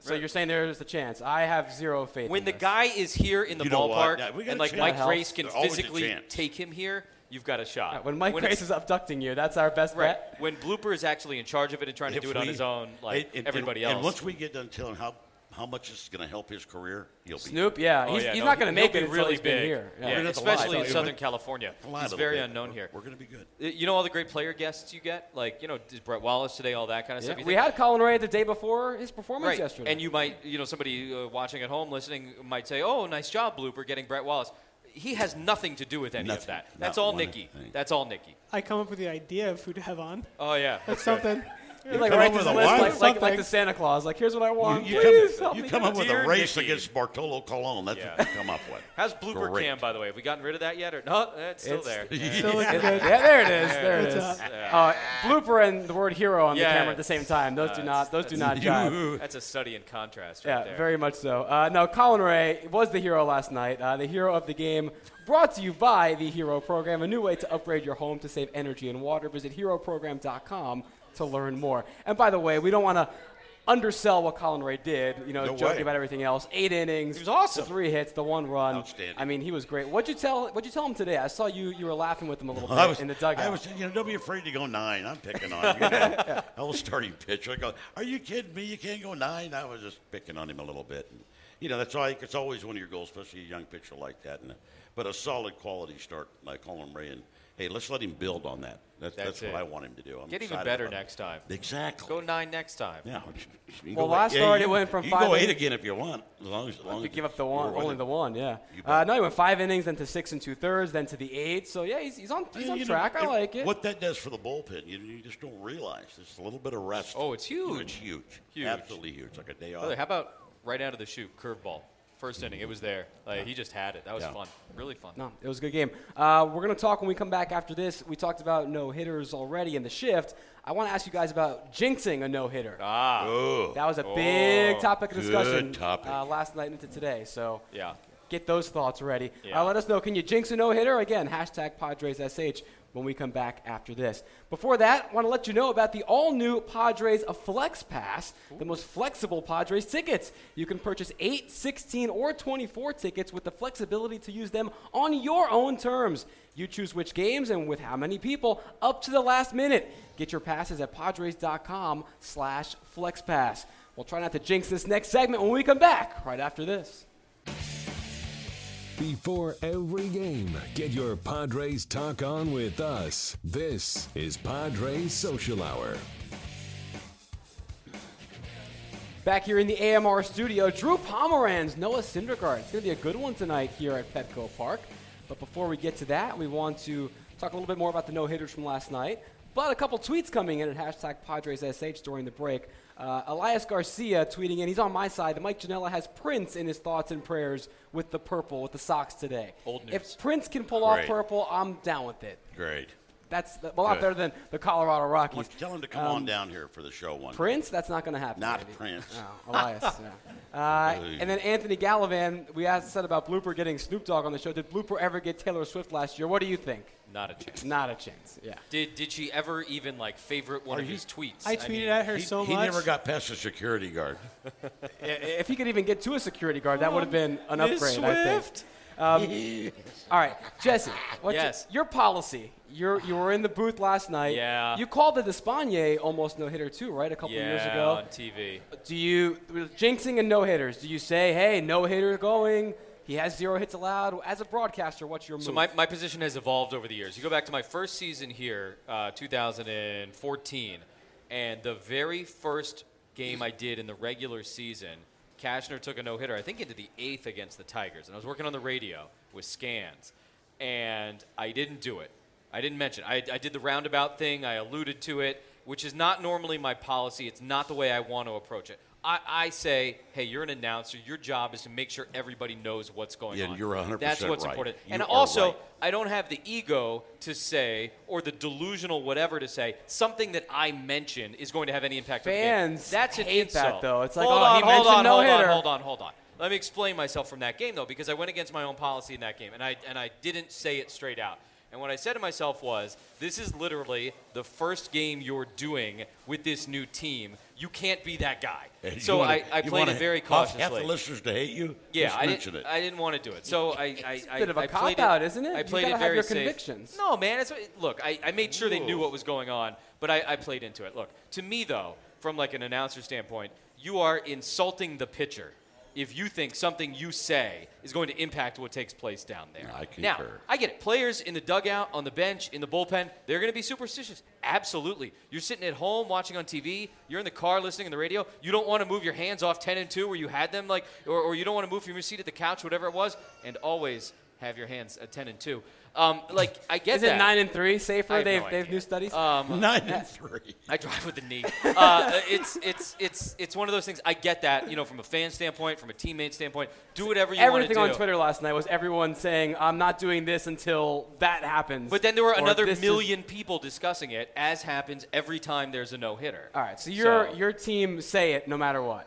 Speaker 3: So you're saying there is a chance? I have zero faith.
Speaker 5: When
Speaker 3: in
Speaker 5: the
Speaker 3: this.
Speaker 5: guy is here in the
Speaker 4: You know what?
Speaker 5: ballpark
Speaker 4: Yeah, we got
Speaker 5: and
Speaker 4: a
Speaker 5: like
Speaker 4: chance.
Speaker 5: Mike
Speaker 3: That
Speaker 5: Grace
Speaker 3: helps.
Speaker 5: can
Speaker 4: There's always a
Speaker 5: physically
Speaker 4: chance.
Speaker 5: take him here, you've got a shot.
Speaker 3: when Mike Grace
Speaker 5: it's-
Speaker 3: is abducting you, that's our best
Speaker 5: Right.
Speaker 3: bet.
Speaker 5: When Blooper is actually in charge of it and trying to
Speaker 4: If
Speaker 5: do it on
Speaker 4: we-
Speaker 5: his own, like
Speaker 4: and- and-
Speaker 5: everybody
Speaker 4: and,
Speaker 5: else.
Speaker 4: And once we get done telling how how much this is going to help his career, you'll be
Speaker 3: Snoop, yeah,
Speaker 5: Oh,
Speaker 3: he's,
Speaker 5: yeah,
Speaker 3: he's
Speaker 5: no,
Speaker 3: not going to
Speaker 5: he'll
Speaker 3: make
Speaker 5: be
Speaker 3: it until
Speaker 5: really
Speaker 3: he's been
Speaker 5: big.
Speaker 3: here.
Speaker 5: Yeah,
Speaker 4: We're gonna have to
Speaker 5: especially
Speaker 4: lie.
Speaker 5: in Southern California.
Speaker 4: a lot
Speaker 5: He's
Speaker 4: of
Speaker 5: very
Speaker 4: bit.
Speaker 5: unknown
Speaker 4: We're-
Speaker 5: here.
Speaker 4: We're going to be good.
Speaker 5: Y- You know all the great player guests you get, like you know did Brett Wallace today, all that kind of
Speaker 3: Yeah,
Speaker 5: stuff. You
Speaker 3: we
Speaker 5: think-
Speaker 3: had Colin Ray the day before his performance
Speaker 5: right,
Speaker 3: yesterday.
Speaker 5: and you might, you know, somebody uh, watching at home, listening, might say, "Oh, nice job, Blooper, getting Brett Wallace." He has nothing to do with any of
Speaker 4: Nothing.
Speaker 5: that. That's
Speaker 4: Not
Speaker 5: all
Speaker 4: one
Speaker 5: Nikki.
Speaker 4: thing.
Speaker 5: That's all Nikki.
Speaker 6: I come up with the idea of who to have on.
Speaker 5: Oh yeah,
Speaker 6: That's something.
Speaker 3: you like
Speaker 4: come
Speaker 3: write
Speaker 4: up
Speaker 3: this
Speaker 4: with
Speaker 3: list
Speaker 4: a
Speaker 3: like,
Speaker 4: what?
Speaker 3: like, like
Speaker 6: [LAUGHS] Something.
Speaker 3: the Santa Claus. Like here's what I want.
Speaker 4: You
Speaker 3: Please
Speaker 4: come,
Speaker 3: help
Speaker 4: you
Speaker 3: me
Speaker 4: come
Speaker 3: get
Speaker 4: up with
Speaker 5: Dear
Speaker 4: a race
Speaker 5: Nikki.
Speaker 4: against Bartolo Colon. That's
Speaker 5: Yeah.
Speaker 4: what you come up
Speaker 5: [LAUGHS]
Speaker 4: with.
Speaker 5: how's Blooper
Speaker 4: Great.
Speaker 5: Cam by the way? Have we gotten rid of that yet, or no? It's still
Speaker 3: It's-
Speaker 5: there.
Speaker 3: [LAUGHS]
Speaker 4: [LAUGHS]
Speaker 6: So looks
Speaker 3: it.
Speaker 6: good.
Speaker 3: Yeah, there it is. There it
Speaker 6: It's
Speaker 3: is.
Speaker 6: up.
Speaker 3: Uh, blooper and the word hero on
Speaker 5: Yeah,
Speaker 3: the camera at the same time. Those do not. Those do not jive.
Speaker 5: That's a study in contrast, right
Speaker 3: Yeah,
Speaker 5: there.
Speaker 3: very much so. Uh, now, Colin Ray was the hero last night, uh, the hero of the game, brought to you by the Hero Program, a new way to upgrade your home to save energy and water. Visit heroprogram.com to learn more. And by the way, we don't want to undersell what Colin Ray did, you know,
Speaker 4: No
Speaker 3: joking
Speaker 4: way.
Speaker 3: about everything else. Eight innings.
Speaker 5: He was awesome.
Speaker 3: The three hits, the one run.
Speaker 4: Outstanding.
Speaker 3: I mean, he was great. What'd you tell, what'd you tell him today? I saw you, you were laughing with him a little bit
Speaker 4: [LAUGHS] I was
Speaker 3: in the dugout.
Speaker 4: I was, you know, don't be afraid to go nine. I'm picking on him. You know. I was starting pitcher. I go, are you kidding me? You can't go nine. I was just picking on him a little bit. And, you know, that's all. It's always one of your goals, especially a young pitcher like that. And but a solid quality start like Colin Ray. And hey, let's let him build on that. That's,
Speaker 5: That's
Speaker 4: that's,
Speaker 5: it.
Speaker 4: what I want him to do. I'm
Speaker 5: Get even
Speaker 4: excited
Speaker 5: better
Speaker 4: about it.
Speaker 5: next time.
Speaker 4: Exactly.
Speaker 5: Go nine next time.
Speaker 4: Yeah. You can
Speaker 3: Well,
Speaker 4: go
Speaker 3: last
Speaker 4: eight.
Speaker 3: start,
Speaker 4: you
Speaker 3: it went from
Speaker 4: you
Speaker 3: five
Speaker 4: can go eight
Speaker 3: innings-
Speaker 4: again if you want, as long as, as, long
Speaker 3: We
Speaker 4: as
Speaker 3: give up the
Speaker 4: you're
Speaker 3: one,
Speaker 4: with
Speaker 3: only
Speaker 4: it.
Speaker 3: the one, yeah.
Speaker 4: You bet.
Speaker 3: Uh, no, he went five innings, then to six and two thirds, then to the eight. So yeah, he's, he's on he's
Speaker 4: Yeah,
Speaker 3: on
Speaker 4: you know,
Speaker 3: track. I
Speaker 4: it-
Speaker 3: like it.
Speaker 4: What that does for the bullpen, you, you just don't realize. It's a little bit of rest.
Speaker 5: Oh, it's
Speaker 4: You know,
Speaker 5: huge.
Speaker 4: It's huge.
Speaker 5: Huge.
Speaker 4: Absolutely huge. Like a day off.
Speaker 5: By the way, how about right out of the shoot, curveball, first inning? It was there. Like he just had it. That was
Speaker 4: Yeah.
Speaker 5: fun. Really fun.
Speaker 3: No, it was a good game. Uh, we're gonna talk when we come back after this. We talked about no hitters already in the shift. I want to ask you guys about jinxing a no hitter.
Speaker 5: Ah.
Speaker 4: oh,
Speaker 3: that was a big
Speaker 5: Oh,
Speaker 3: topic of
Speaker 4: good
Speaker 3: discussion
Speaker 4: topic.
Speaker 3: Uh, last night into today. So
Speaker 5: Yeah.
Speaker 3: get those thoughts ready.
Speaker 5: Yeah.
Speaker 3: Uh, let us know. Can you jinx a no hitter again? Hashtag Padres SH. when we come back after this. Before that, want to let you know about the all new Padres Flex Pass, the most flexible Padres tickets. You can purchase 8, 16, or 24 tickets with the flexibility to use them on your own terms. You choose which games and with how many people up to the last minute. Get your passes at padres.com slash flexpass. We'll try not to jinx this next segment when we come back right after this.
Speaker 2: Before every game, get your Padres talk on with us. This is Padres Social Hour.
Speaker 3: Back here in the AMR studio, Drew Pomeranz, Noah Syndergaard. It's going to be a good one tonight here at Petco Park. But before we get to that, we want to talk a little bit more about the no hitters from last night. But a couple tweets coming in at hashtag PadresSH during the break. Uh, Elias Garcia tweeting in, he's on my side. that Mike Janela has Prince in his thoughts and prayers with the purple, with the Sox today.
Speaker 5: Old news.
Speaker 3: If Prince can pull off
Speaker 4: Great.
Speaker 3: purple, I'm down with it.
Speaker 4: Great.
Speaker 3: That's the, a lot
Speaker 4: Good.
Speaker 3: better than the Colorado
Speaker 4: Well,
Speaker 3: Rockies.
Speaker 4: tell him to come
Speaker 5: um,
Speaker 4: on down here for the show one.
Speaker 3: Prince, that's not going to happen.
Speaker 4: Not
Speaker 3: baby.
Speaker 4: Prince.
Speaker 3: No, Elias.
Speaker 4: [LAUGHS]
Speaker 3: yeah. Uh, and then Anthony Gallivan, we asked said about Blooper getting Snoop Dogg on the show. Did Blooper ever get Taylor Swift last year? What do you think?
Speaker 5: Not a chance.
Speaker 3: Not a chance. Yeah.
Speaker 5: Did did she ever even like favorite one of his tweets?
Speaker 6: I tweeted at her
Speaker 4: He,
Speaker 6: so
Speaker 4: he
Speaker 6: much.
Speaker 4: never got past the security guard. [LAUGHS]
Speaker 3: I- If he could even get to a security guard, that would have been an
Speaker 5: Miss
Speaker 3: upgrade. I think. Um,
Speaker 5: Swift?
Speaker 4: [LAUGHS]
Speaker 3: All right, Jesse. What's
Speaker 5: Yes.
Speaker 3: Your, your policy. You're, you were in the booth last night.
Speaker 5: Yeah.
Speaker 3: You called the Despagne almost no hitter too, right? A couple
Speaker 5: yeah,
Speaker 3: years ago.
Speaker 5: on TV.
Speaker 3: Do you with jinxing and no hitters? Do you say, "Hey, no hitter going"? He has zero hits allowed. As a broadcaster, what's your move?
Speaker 5: So my, my position has evolved over the years. You go back to my first season here, uh, 2014, and the very first game I did in the regular season, Cashner took a no hitter. I think into the eighth against the Tigers, and I was working on the radio with scans, and I didn't do it. I didn't mention. it. I, I did the roundabout thing. I alluded to it, which is not normally my policy. It's not the way I want to approach it. I, I say, hey, you're an announcer. Your job is to make sure everybody knows what's going
Speaker 4: Yeah,
Speaker 5: on.
Speaker 4: you're 100%
Speaker 5: That's what's
Speaker 4: right.
Speaker 5: important.
Speaker 4: You
Speaker 5: and
Speaker 4: are
Speaker 5: also,
Speaker 4: right.
Speaker 5: I don't have the ego to say, or the delusional whatever to say, something that I mention is going to have any impact. on the game.
Speaker 3: Fans
Speaker 5: that's an
Speaker 3: hate that,
Speaker 5: insult.
Speaker 3: though. It's like,
Speaker 5: hold
Speaker 3: oh,
Speaker 5: on,
Speaker 3: he
Speaker 5: hold
Speaker 3: mentioned
Speaker 5: on, hold on,
Speaker 3: no-hitter.
Speaker 5: hold on, hold on. Let me explain myself from that game though, because I went against my own policy in that game, and I and I didn't say it straight out. And what I said to myself was, this is literally the first game you're doing with this new team. You can't be that guy.
Speaker 4: You
Speaker 5: so
Speaker 4: wanna-
Speaker 5: I, I
Speaker 4: you
Speaker 5: played
Speaker 4: wanna
Speaker 5: it very
Speaker 4: cause
Speaker 5: cautiously.
Speaker 4: Half the listeners to hate you.
Speaker 5: Yeah,
Speaker 4: Just
Speaker 5: I
Speaker 4: mention
Speaker 5: didn't,
Speaker 4: it.
Speaker 5: I didn't want to do it. So I, I,
Speaker 3: It's a
Speaker 5: I-
Speaker 3: bit of a
Speaker 5: I played
Speaker 3: cop-out,
Speaker 5: it,
Speaker 3: isn't it?
Speaker 5: I
Speaker 3: You
Speaker 5: played
Speaker 3: gotta
Speaker 5: it
Speaker 3: have
Speaker 5: very
Speaker 3: your
Speaker 5: safe.
Speaker 3: convictions.
Speaker 5: No, man. It's, look, I, I made sure they knew what was going on, but I, I played into it. Look, to me though, from like an announcer standpoint, you are insulting the pitcher if you think something you say is going to impact what takes place down there.
Speaker 4: I concur.
Speaker 5: Now, I get it. Players in the dugout, on the bench, in the bullpen, they're going to be superstitious. Absolutely. You're sitting at home watching on TV. You're in the car listening to the radio. You don't want to move your hands off 10 and 2 where you had them, like, or, or you don't want to move from your seat at the couch, whatever it was. And always have your hands at 10 and 2. Um, like, I get
Speaker 3: is
Speaker 5: that.
Speaker 3: it nine and three safer?
Speaker 5: I have
Speaker 3: they've
Speaker 5: no
Speaker 3: they've
Speaker 5: idea. Um,
Speaker 3: new studies.
Speaker 4: [LAUGHS] Nine and three.
Speaker 5: I drive with the knee. [LAUGHS] Uh, it's it's it's it's one of those things. I get that, you know, from a fan standpoint, from a teammate standpoint. Do whatever you want to
Speaker 3: Everything
Speaker 5: do.
Speaker 3: on Twitter last night was everyone saying, "I'm not doing this until that happens."
Speaker 5: But then there were
Speaker 3: or
Speaker 5: another
Speaker 3: "This is-"
Speaker 5: million people discussing it, as happens every time there's a no hitter.
Speaker 3: All right, so your your team say it no matter what,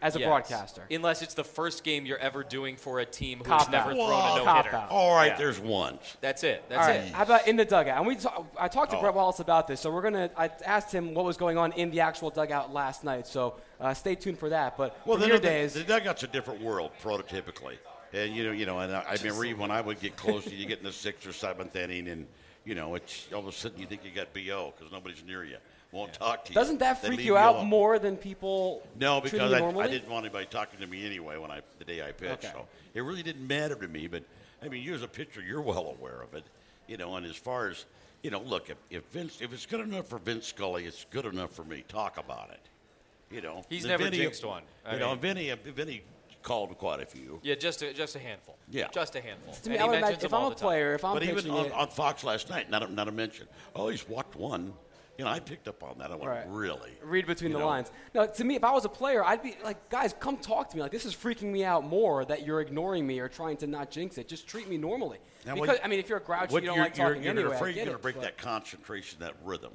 Speaker 3: as a broadcaster.
Speaker 5: Unless it's the first game you're ever doing for a team who's
Speaker 3: Cop
Speaker 5: never
Speaker 3: out.
Speaker 5: thrown
Speaker 4: Wow.
Speaker 5: a no
Speaker 3: Cop
Speaker 5: hitter.
Speaker 3: out.
Speaker 4: All right,
Speaker 5: Yeah.
Speaker 4: there's one.
Speaker 5: That's it. That's
Speaker 3: All right.
Speaker 5: it.
Speaker 3: How about in the dugout? And we talk, I talked
Speaker 4: Oh.
Speaker 3: to Brett Wallace about this, so we're gonna. I asked him what was going on in the actual dugout last night, so uh, stay tuned for that. But
Speaker 4: Well,
Speaker 3: from
Speaker 4: the,
Speaker 3: your
Speaker 4: the-
Speaker 3: days,
Speaker 4: the dugout's a different world, prototypically. And you know, you know, and I, I remember even when I would get close, you get in the sixth or seventh inning, and you know, it's all of a sudden you think you got bo because nobody's near you, won't talk to you.
Speaker 3: doesn't that
Speaker 4: They
Speaker 3: freak
Speaker 4: leave
Speaker 3: you out
Speaker 4: alone.
Speaker 3: more than people?
Speaker 4: No,
Speaker 3: treat
Speaker 4: because
Speaker 3: you
Speaker 4: I,
Speaker 3: normally?
Speaker 4: I didn't want anybody talking to me anyway when I the day I pitched.
Speaker 3: Okay.
Speaker 4: So it really didn't matter to me. But I mean, you as a pitcher, you're well aware of it, you know. And as far as you know, look, if, if Vince, if it's good enough for Vince Scully, it's good enough for me. Talk about it, you know.
Speaker 5: He's
Speaker 4: The
Speaker 5: never jinxed one.
Speaker 4: You
Speaker 5: I
Speaker 4: know,
Speaker 5: mean-
Speaker 4: Vinny, Vinny called quite a few.
Speaker 5: Yeah, just a, just a handful.
Speaker 4: Yeah.
Speaker 5: Just a handful.
Speaker 3: To me,
Speaker 5: And
Speaker 3: I
Speaker 5: he
Speaker 3: would
Speaker 5: mentions
Speaker 3: imagine if
Speaker 5: them all
Speaker 3: I'm a
Speaker 5: the time.
Speaker 3: player, if I'm
Speaker 4: but even
Speaker 3: pitching
Speaker 4: on,
Speaker 3: it,
Speaker 4: on Fox last night, not a, not a mention. Oh, he's walked one. You know, I picked up on that. I went
Speaker 3: Right.
Speaker 4: really.
Speaker 3: read between
Speaker 4: you
Speaker 3: the
Speaker 4: know?
Speaker 3: lines. No, to me, if I was a player, I'd be like, guys, come talk to me. Like, this is freaking me out more that you're ignoring me or trying to not jinx it. Just treat me normally.
Speaker 4: Now,
Speaker 3: because
Speaker 4: what-
Speaker 3: I mean, if you're a grouch, you
Speaker 4: what
Speaker 3: don't
Speaker 4: you're-
Speaker 3: like talking
Speaker 4: you're, you're
Speaker 3: anyway. I
Speaker 4: afraid
Speaker 3: get
Speaker 4: you're going
Speaker 3: it,
Speaker 4: to break
Speaker 3: but-
Speaker 4: that concentration, that rhythm.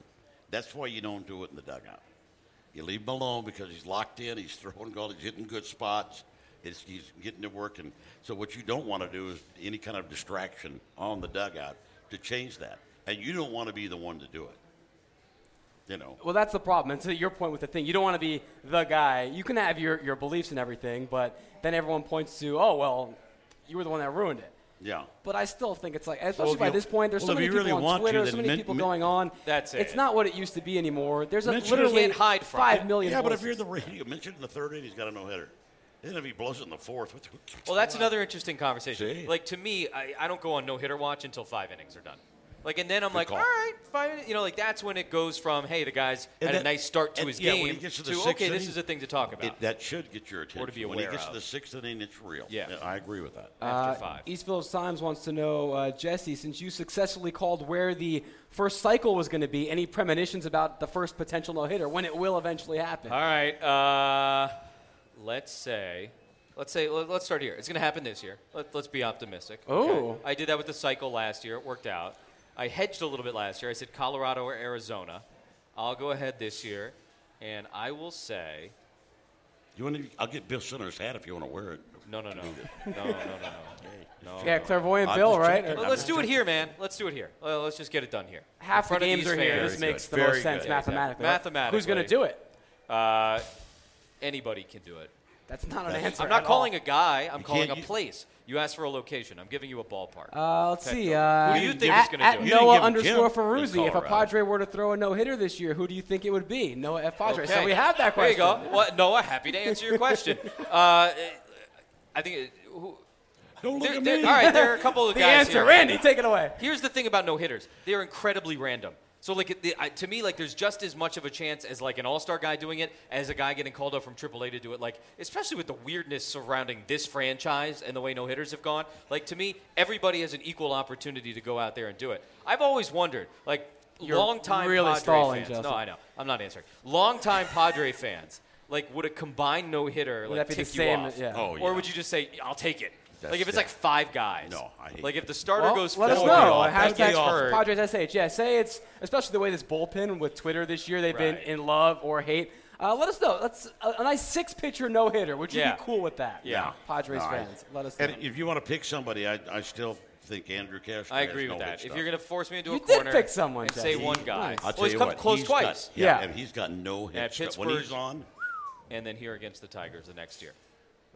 Speaker 4: That's why you don't do it in the dugout. You leave him alone because he's locked in. He's throwing goal. He's hitting good spots. It's, he's getting to work. And so what you don't want to do is any kind of distraction on the dugout to change that. and you don't want to be the one to do it. You know,
Speaker 3: Well, that's the problem. And to your point with the thing, you don't want to be the guy. You can have your, your beliefs and everything, but then everyone points to, oh, well, you were the one that ruined it.
Speaker 4: yeah.
Speaker 3: But I still think it's like, especially
Speaker 4: if
Speaker 3: by
Speaker 4: you-
Speaker 3: this point, there's
Speaker 4: well,
Speaker 3: so
Speaker 4: if
Speaker 3: many
Speaker 4: you
Speaker 3: people
Speaker 4: really
Speaker 3: on
Speaker 4: want to,
Speaker 3: Twitter, so
Speaker 4: then
Speaker 3: many
Speaker 4: min-
Speaker 3: people
Speaker 4: min-
Speaker 3: going on.
Speaker 5: That's
Speaker 3: It's
Speaker 5: it.
Speaker 3: not what it used to be anymore. There's a,
Speaker 4: Mitch, you
Speaker 3: literally
Speaker 5: can't hide from
Speaker 3: five
Speaker 5: it.
Speaker 3: million
Speaker 4: Yeah, but if
Speaker 3: voices.
Speaker 4: you're the radio, mention in the third inning, he's got a no hitter. Then if he blows it in the fourth, what the-
Speaker 5: Well, that's another interesting conversation.
Speaker 4: See?
Speaker 5: Like to me, I, I don't go on no hitter watch until five innings are done. Like and then I'm like,
Speaker 4: call.
Speaker 5: all right, five. innings," You know, like that's when it goes from hey, the guy's
Speaker 4: And
Speaker 5: had a
Speaker 4: that-
Speaker 5: nice start to
Speaker 4: and,
Speaker 5: his
Speaker 4: yeah, when
Speaker 5: game
Speaker 4: he gets to the sixth
Speaker 5: okay, this
Speaker 4: inning,
Speaker 5: is a thing to talk about
Speaker 4: It, that should get your attention.
Speaker 5: to be
Speaker 4: when he
Speaker 5: aware
Speaker 4: gets
Speaker 5: of.
Speaker 4: to the sixth inning, it's real.
Speaker 5: Yeah.
Speaker 4: I agree with that.
Speaker 5: after
Speaker 3: Uh,
Speaker 5: five.
Speaker 3: East Village Times wants to know, uh, Jesse, since you successfully called where the first cycle was going to be, any premonitions about the first potential no hitter when it will eventually happen?
Speaker 5: All right. Uh, let's say, let's say, let- let's start here. It's going to happen this year. Let, let's be optimistic.
Speaker 3: Ooh.
Speaker 5: I did that with the cycle last year. It worked out. I hedged a little bit last year. I said Colorado or Arizona. I'll go ahead this year, and I will say.
Speaker 4: you want to? I'll get Bill Sinner's hat if you want to wear it.
Speaker 5: No, no, no. No,
Speaker 3: [LAUGHS]
Speaker 5: no, no, no.
Speaker 3: yeah, clairvoyant
Speaker 4: I'm
Speaker 3: Bill,
Speaker 4: just
Speaker 3: right?
Speaker 4: checking.
Speaker 3: Or-
Speaker 5: Well, let's do it here, man. Let's do it here. Well, let's just get it done here.
Speaker 3: Half the
Speaker 5: In front of
Speaker 3: games
Speaker 5: these
Speaker 3: are here.
Speaker 5: fans.
Speaker 3: This
Speaker 4: Very
Speaker 3: makes
Speaker 4: good.
Speaker 3: the
Speaker 4: Very
Speaker 3: most sense
Speaker 4: good.
Speaker 3: mathematically.
Speaker 5: Mathematically.
Speaker 3: Who's going to do it?
Speaker 5: Uh, anybody can do it.
Speaker 3: That's not an answer.
Speaker 5: I'm not
Speaker 3: at
Speaker 5: calling
Speaker 3: all.
Speaker 5: a guy. I'm
Speaker 4: You
Speaker 5: calling a
Speaker 4: can't- you-
Speaker 5: place. You asked for a location. I'm giving you a ballpark.
Speaker 3: Uh, let's
Speaker 5: Okay,
Speaker 3: see.
Speaker 5: go.
Speaker 3: Uh,
Speaker 5: Who do you think
Speaker 3: at,
Speaker 5: is gonna
Speaker 3: at
Speaker 5: do it?
Speaker 4: You didn't
Speaker 3: Noah
Speaker 4: give him
Speaker 3: underscore
Speaker 4: Jim in
Speaker 3: Ferruzzi. If a
Speaker 4: Colorado.
Speaker 3: Padre were to throw a no hitter this year, who do you think it would be? Noah F. Padre. So
Speaker 5: Okay.
Speaker 3: we have that question.
Speaker 5: There you go. Well, Noah, happy to answer your question.
Speaker 3: [LAUGHS]
Speaker 5: uh, I think. It, who,
Speaker 4: Don't look
Speaker 5: there-
Speaker 4: at
Speaker 5: there-
Speaker 4: me.
Speaker 5: all right, there are a couple of
Speaker 3: The
Speaker 5: guys
Speaker 3: answer,
Speaker 5: here.
Speaker 3: Randy, take it away.
Speaker 5: Here's the thing about no hitters: they're incredibly random. So like it- the, I, to me, like there's just as much of a chance as like an all-star guy doing it as a guy getting called up from AAA to do it. Like especially with the weirdness surrounding this franchise and the way no hitters have gone. Like to me, everybody has an equal opportunity to go out there and do it. I've always wondered, like
Speaker 3: You're
Speaker 5: long-time
Speaker 3: really
Speaker 5: Padre
Speaker 3: stalling,
Speaker 5: fans.
Speaker 3: Justin.
Speaker 5: No, I know. I'm not answering. Long-time Padre fans. Like would a combined no hitter
Speaker 3: Would
Speaker 5: like
Speaker 3: that be the
Speaker 5: tick
Speaker 3: same-
Speaker 5: you off,
Speaker 3: yeah.
Speaker 4: Oh,
Speaker 5: or
Speaker 4: yeah.
Speaker 5: would you just say I'll take it?
Speaker 4: That's
Speaker 5: like if it's
Speaker 4: it.
Speaker 5: like five guys.
Speaker 4: No, I hate
Speaker 5: like
Speaker 4: that.
Speaker 5: if the starter
Speaker 3: Well,
Speaker 5: goes.
Speaker 3: let us
Speaker 5: four,
Speaker 3: know.
Speaker 5: I'll take
Speaker 3: Hashtag
Speaker 5: it. Heard.
Speaker 3: Padres SH. Yeah, say it's especially the way this bullpen with Twitter this year they've been
Speaker 5: Right.
Speaker 3: in love or hate. Uh, let us know. That's a, a nice six-pitcher no-hitter. Would you
Speaker 5: Yeah.
Speaker 3: be cool with that?
Speaker 5: Yeah.
Speaker 3: Padres
Speaker 4: No, I-
Speaker 3: fans, let us know.
Speaker 4: And if you want to pick somebody, I, I still think Andrew Castro.
Speaker 5: I
Speaker 4: has
Speaker 5: agree
Speaker 4: no
Speaker 5: with that.
Speaker 4: good
Speaker 5: If
Speaker 4: stuff.
Speaker 5: you're gonna force me into
Speaker 3: You
Speaker 5: a
Speaker 3: did
Speaker 5: corner,
Speaker 3: pick someone,
Speaker 5: and say
Speaker 3: Jesse.
Speaker 5: one guy.
Speaker 3: Nice.
Speaker 4: I'll
Speaker 5: well,
Speaker 4: tell
Speaker 5: he's
Speaker 4: you
Speaker 5: come
Speaker 4: what,
Speaker 5: close
Speaker 4: he's got-
Speaker 5: twice,
Speaker 4: yeah,
Speaker 3: Yeah.
Speaker 4: and he's got no hits.
Speaker 5: At
Speaker 4: But when
Speaker 5: Pittsburgh-
Speaker 4: he's on,
Speaker 5: and then here against the Tigers the next year.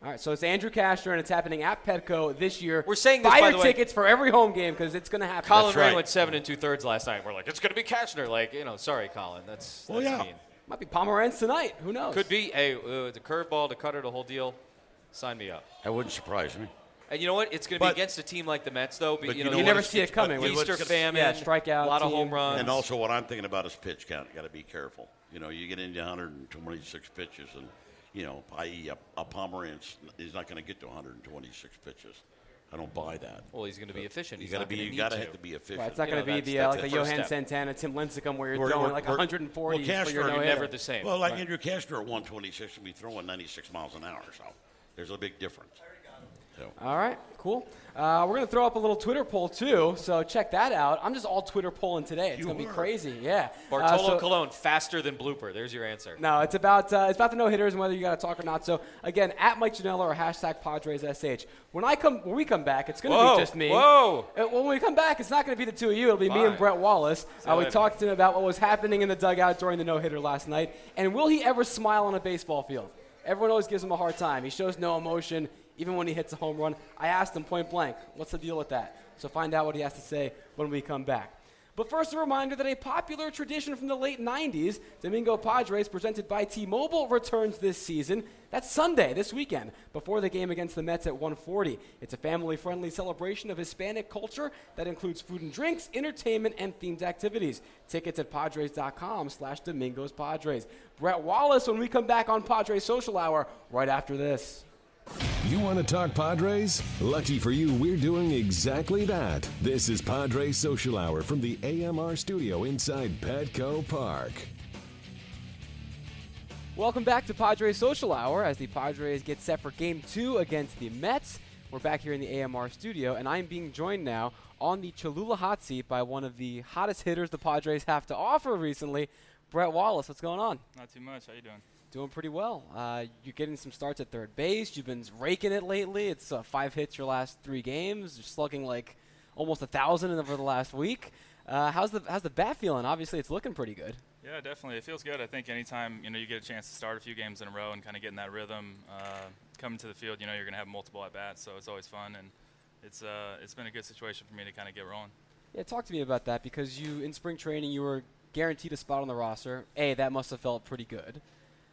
Speaker 3: All right, so it's Andrew Castro, and it's happening at Petco this year.
Speaker 5: We're saying this,
Speaker 3: buy
Speaker 5: by
Speaker 3: your
Speaker 5: the way.
Speaker 3: tickets for every home game because it's going to happen.
Speaker 5: Colin Ray
Speaker 4: right.
Speaker 5: went seven and two thirds last night. We're like, it's gonna be Kashner. Like, you know, sorry, Colin. That's,
Speaker 4: Well,
Speaker 5: that's
Speaker 4: yeah.
Speaker 5: mean.
Speaker 3: Might be Pomeranz tonight. Who knows?
Speaker 5: Could be. Hey, uh, the curveball, the cutter, the whole deal. Sign me up.
Speaker 4: that wouldn't surprise me.
Speaker 5: And you know what? It's gonna be
Speaker 4: But-
Speaker 5: against a team like the Mets, though. But,
Speaker 4: but
Speaker 5: you
Speaker 4: you
Speaker 5: know,
Speaker 4: know
Speaker 3: You
Speaker 4: what?
Speaker 5: the
Speaker 3: never
Speaker 4: it's-
Speaker 3: see it
Speaker 4: it's-
Speaker 3: coming.
Speaker 4: but
Speaker 3: when
Speaker 4: you
Speaker 3: it's-
Speaker 5: Easter
Speaker 4: what's-
Speaker 5: famine,
Speaker 3: yeah, strikeout
Speaker 5: a lot of
Speaker 3: team.
Speaker 5: home runs.
Speaker 4: And also, what I'm thinking about is pitch count. You got to be careful. You know, you get into 126 pitches, and you know, i.e., a, a Pomerantz is not going to get to 126 pitches. I don't buy that.
Speaker 5: well, he's gonna be efficient.
Speaker 4: You
Speaker 5: He's
Speaker 4: got to
Speaker 5: not
Speaker 4: be.
Speaker 5: gonna
Speaker 4: You
Speaker 5: need
Speaker 4: got to have to be efficient.
Speaker 3: Right, it's not
Speaker 5: You
Speaker 3: going
Speaker 5: know,
Speaker 3: to be
Speaker 5: that's-
Speaker 3: the, uh,
Speaker 5: that's
Speaker 3: like the
Speaker 5: the first
Speaker 3: Johan
Speaker 5: step.
Speaker 3: Santana, Tim Lincecum, where you're
Speaker 4: We're-
Speaker 3: throwing
Speaker 4: we're-
Speaker 3: like
Speaker 4: we're-
Speaker 3: 140
Speaker 4: well,
Speaker 3: for
Speaker 4: Castro,
Speaker 3: your
Speaker 4: you're
Speaker 3: no
Speaker 5: never the same.
Speaker 4: Well, like Andrew Castro at 126 and be throwing 96 miles an hour, so there's a big difference. So,
Speaker 3: All right, cool. Uh, we're going to throw up a little Twitter poll too, so check that out. I'm just all Twitter polling today. It's
Speaker 4: You
Speaker 3: going to be
Speaker 4: are.
Speaker 3: crazy. Yeah. Uh,
Speaker 5: Bartolo
Speaker 3: so-
Speaker 5: Colon faster than blooper. There's your answer.
Speaker 3: No, it's about uh, it's about the no hitters and whether you got to talk or not. So again, at Mike Janella or hashtag Padres SH. When I come, when we come back, it's going to
Speaker 5: Whoa,
Speaker 3: be just me.
Speaker 5: whoa.
Speaker 3: Uh, When we come back, it's not going to be the two of you. It'll be me and
Speaker 5: Fine.
Speaker 3: Brett Wallace. Uh, we
Speaker 5: later.
Speaker 3: talked to him about what was happening in the dugout during the no hitter last night, and will he ever smile on a baseball field? Everyone always gives him a hard time. He shows no emotion even when he hits a home run. I asked him point blank, "What's the deal with that?" So find out what he has to say when we come back. But first, a reminder that a popular tradition from the late 90s, Domingo Padres, presented by T-Mobile, returns this season. That's Sunday, this weekend, before the game against the Mets at 1:40. It's a family-friendly celebration of Hispanic culture that includes food and drinks, entertainment, and themed activities. Tickets at Padres.com slash Domingos Padres. Brett Wallace when we come back on Padres Social Hour right after this.
Speaker 2: You want to talk Padres? Lucky for you, we're doing exactly that. This is Padres Social Hour from the AMR studio inside Petco Park.
Speaker 3: Welcome back to Padres Social Hour as the Padres get set for game two against the Mets. We're back here in the AMR studio, and I'm being joined now on the Cholula hot seat by one of the hottest hitters the Padres have to offer recently, Brett Wallace. What's going on?
Speaker 7: Not too much. How you doing?
Speaker 3: Doing pretty well. Uh, you're getting some starts at third base. You've been raking it lately. It's uh, five hits your last three games. You're slugging like almost a thousand over the last week. Uh, how's the how's the bat feeling? Obviously, it's looking pretty good.
Speaker 7: Yeah, definitely. It feels good. I think anytime you know you get a chance to start a few games in a row and kind of get in that rhythm, uh, coming to the field, you know you're going to have multiple at bats, so it's always fun, and it's uh, it's been a good situation for me to kind of get rolling.
Speaker 3: Yeah, talk to me about that because you in spring training you were guaranteed a spot on the roster. A, that must have felt pretty good,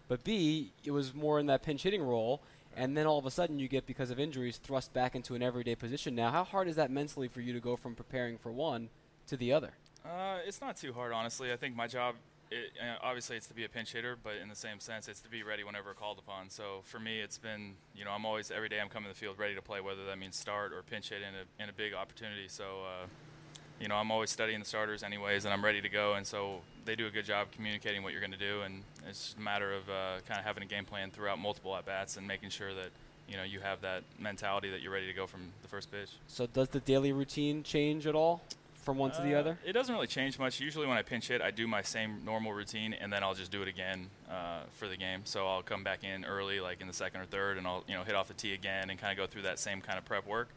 Speaker 3: but B, it was more in that pinch hitting role, and then all of a sudden you get because of injuries thrust back into an everyday position. Now, how hard is that mentally for you to go from preparing for one to the other?
Speaker 7: Uh, it's not too hard, honestly. I think my job, it, uh, obviously, it's to be a pinch hitter, but in the same sense, it's to be ready whenever called upon. So for me, it's been, you know, I'm always every day I'm coming to the field ready to play, whether that means start or pinch hit in a, in a big opportunity. So, uh, you know, I'm always studying the starters anyways, and I'm ready to go. And so they do a good job communicating what you're going to do, and it's just a matter of kind of having a game plan throughout multiple at bats and making sure that. You know, you have that mentality that you're ready to go from the first pitch.
Speaker 3: So, does the daily routine change at all? from one to the
Speaker 7: Uh,
Speaker 3: other?
Speaker 7: It doesn't really change much. Usually, when I pinch hit, I do my same normal routine, and then I'll just do it again uh, for the game. So I'll come back in early, like in the second or third, and I'll you know hit off the tee again and kind of go through that same kind of prep work.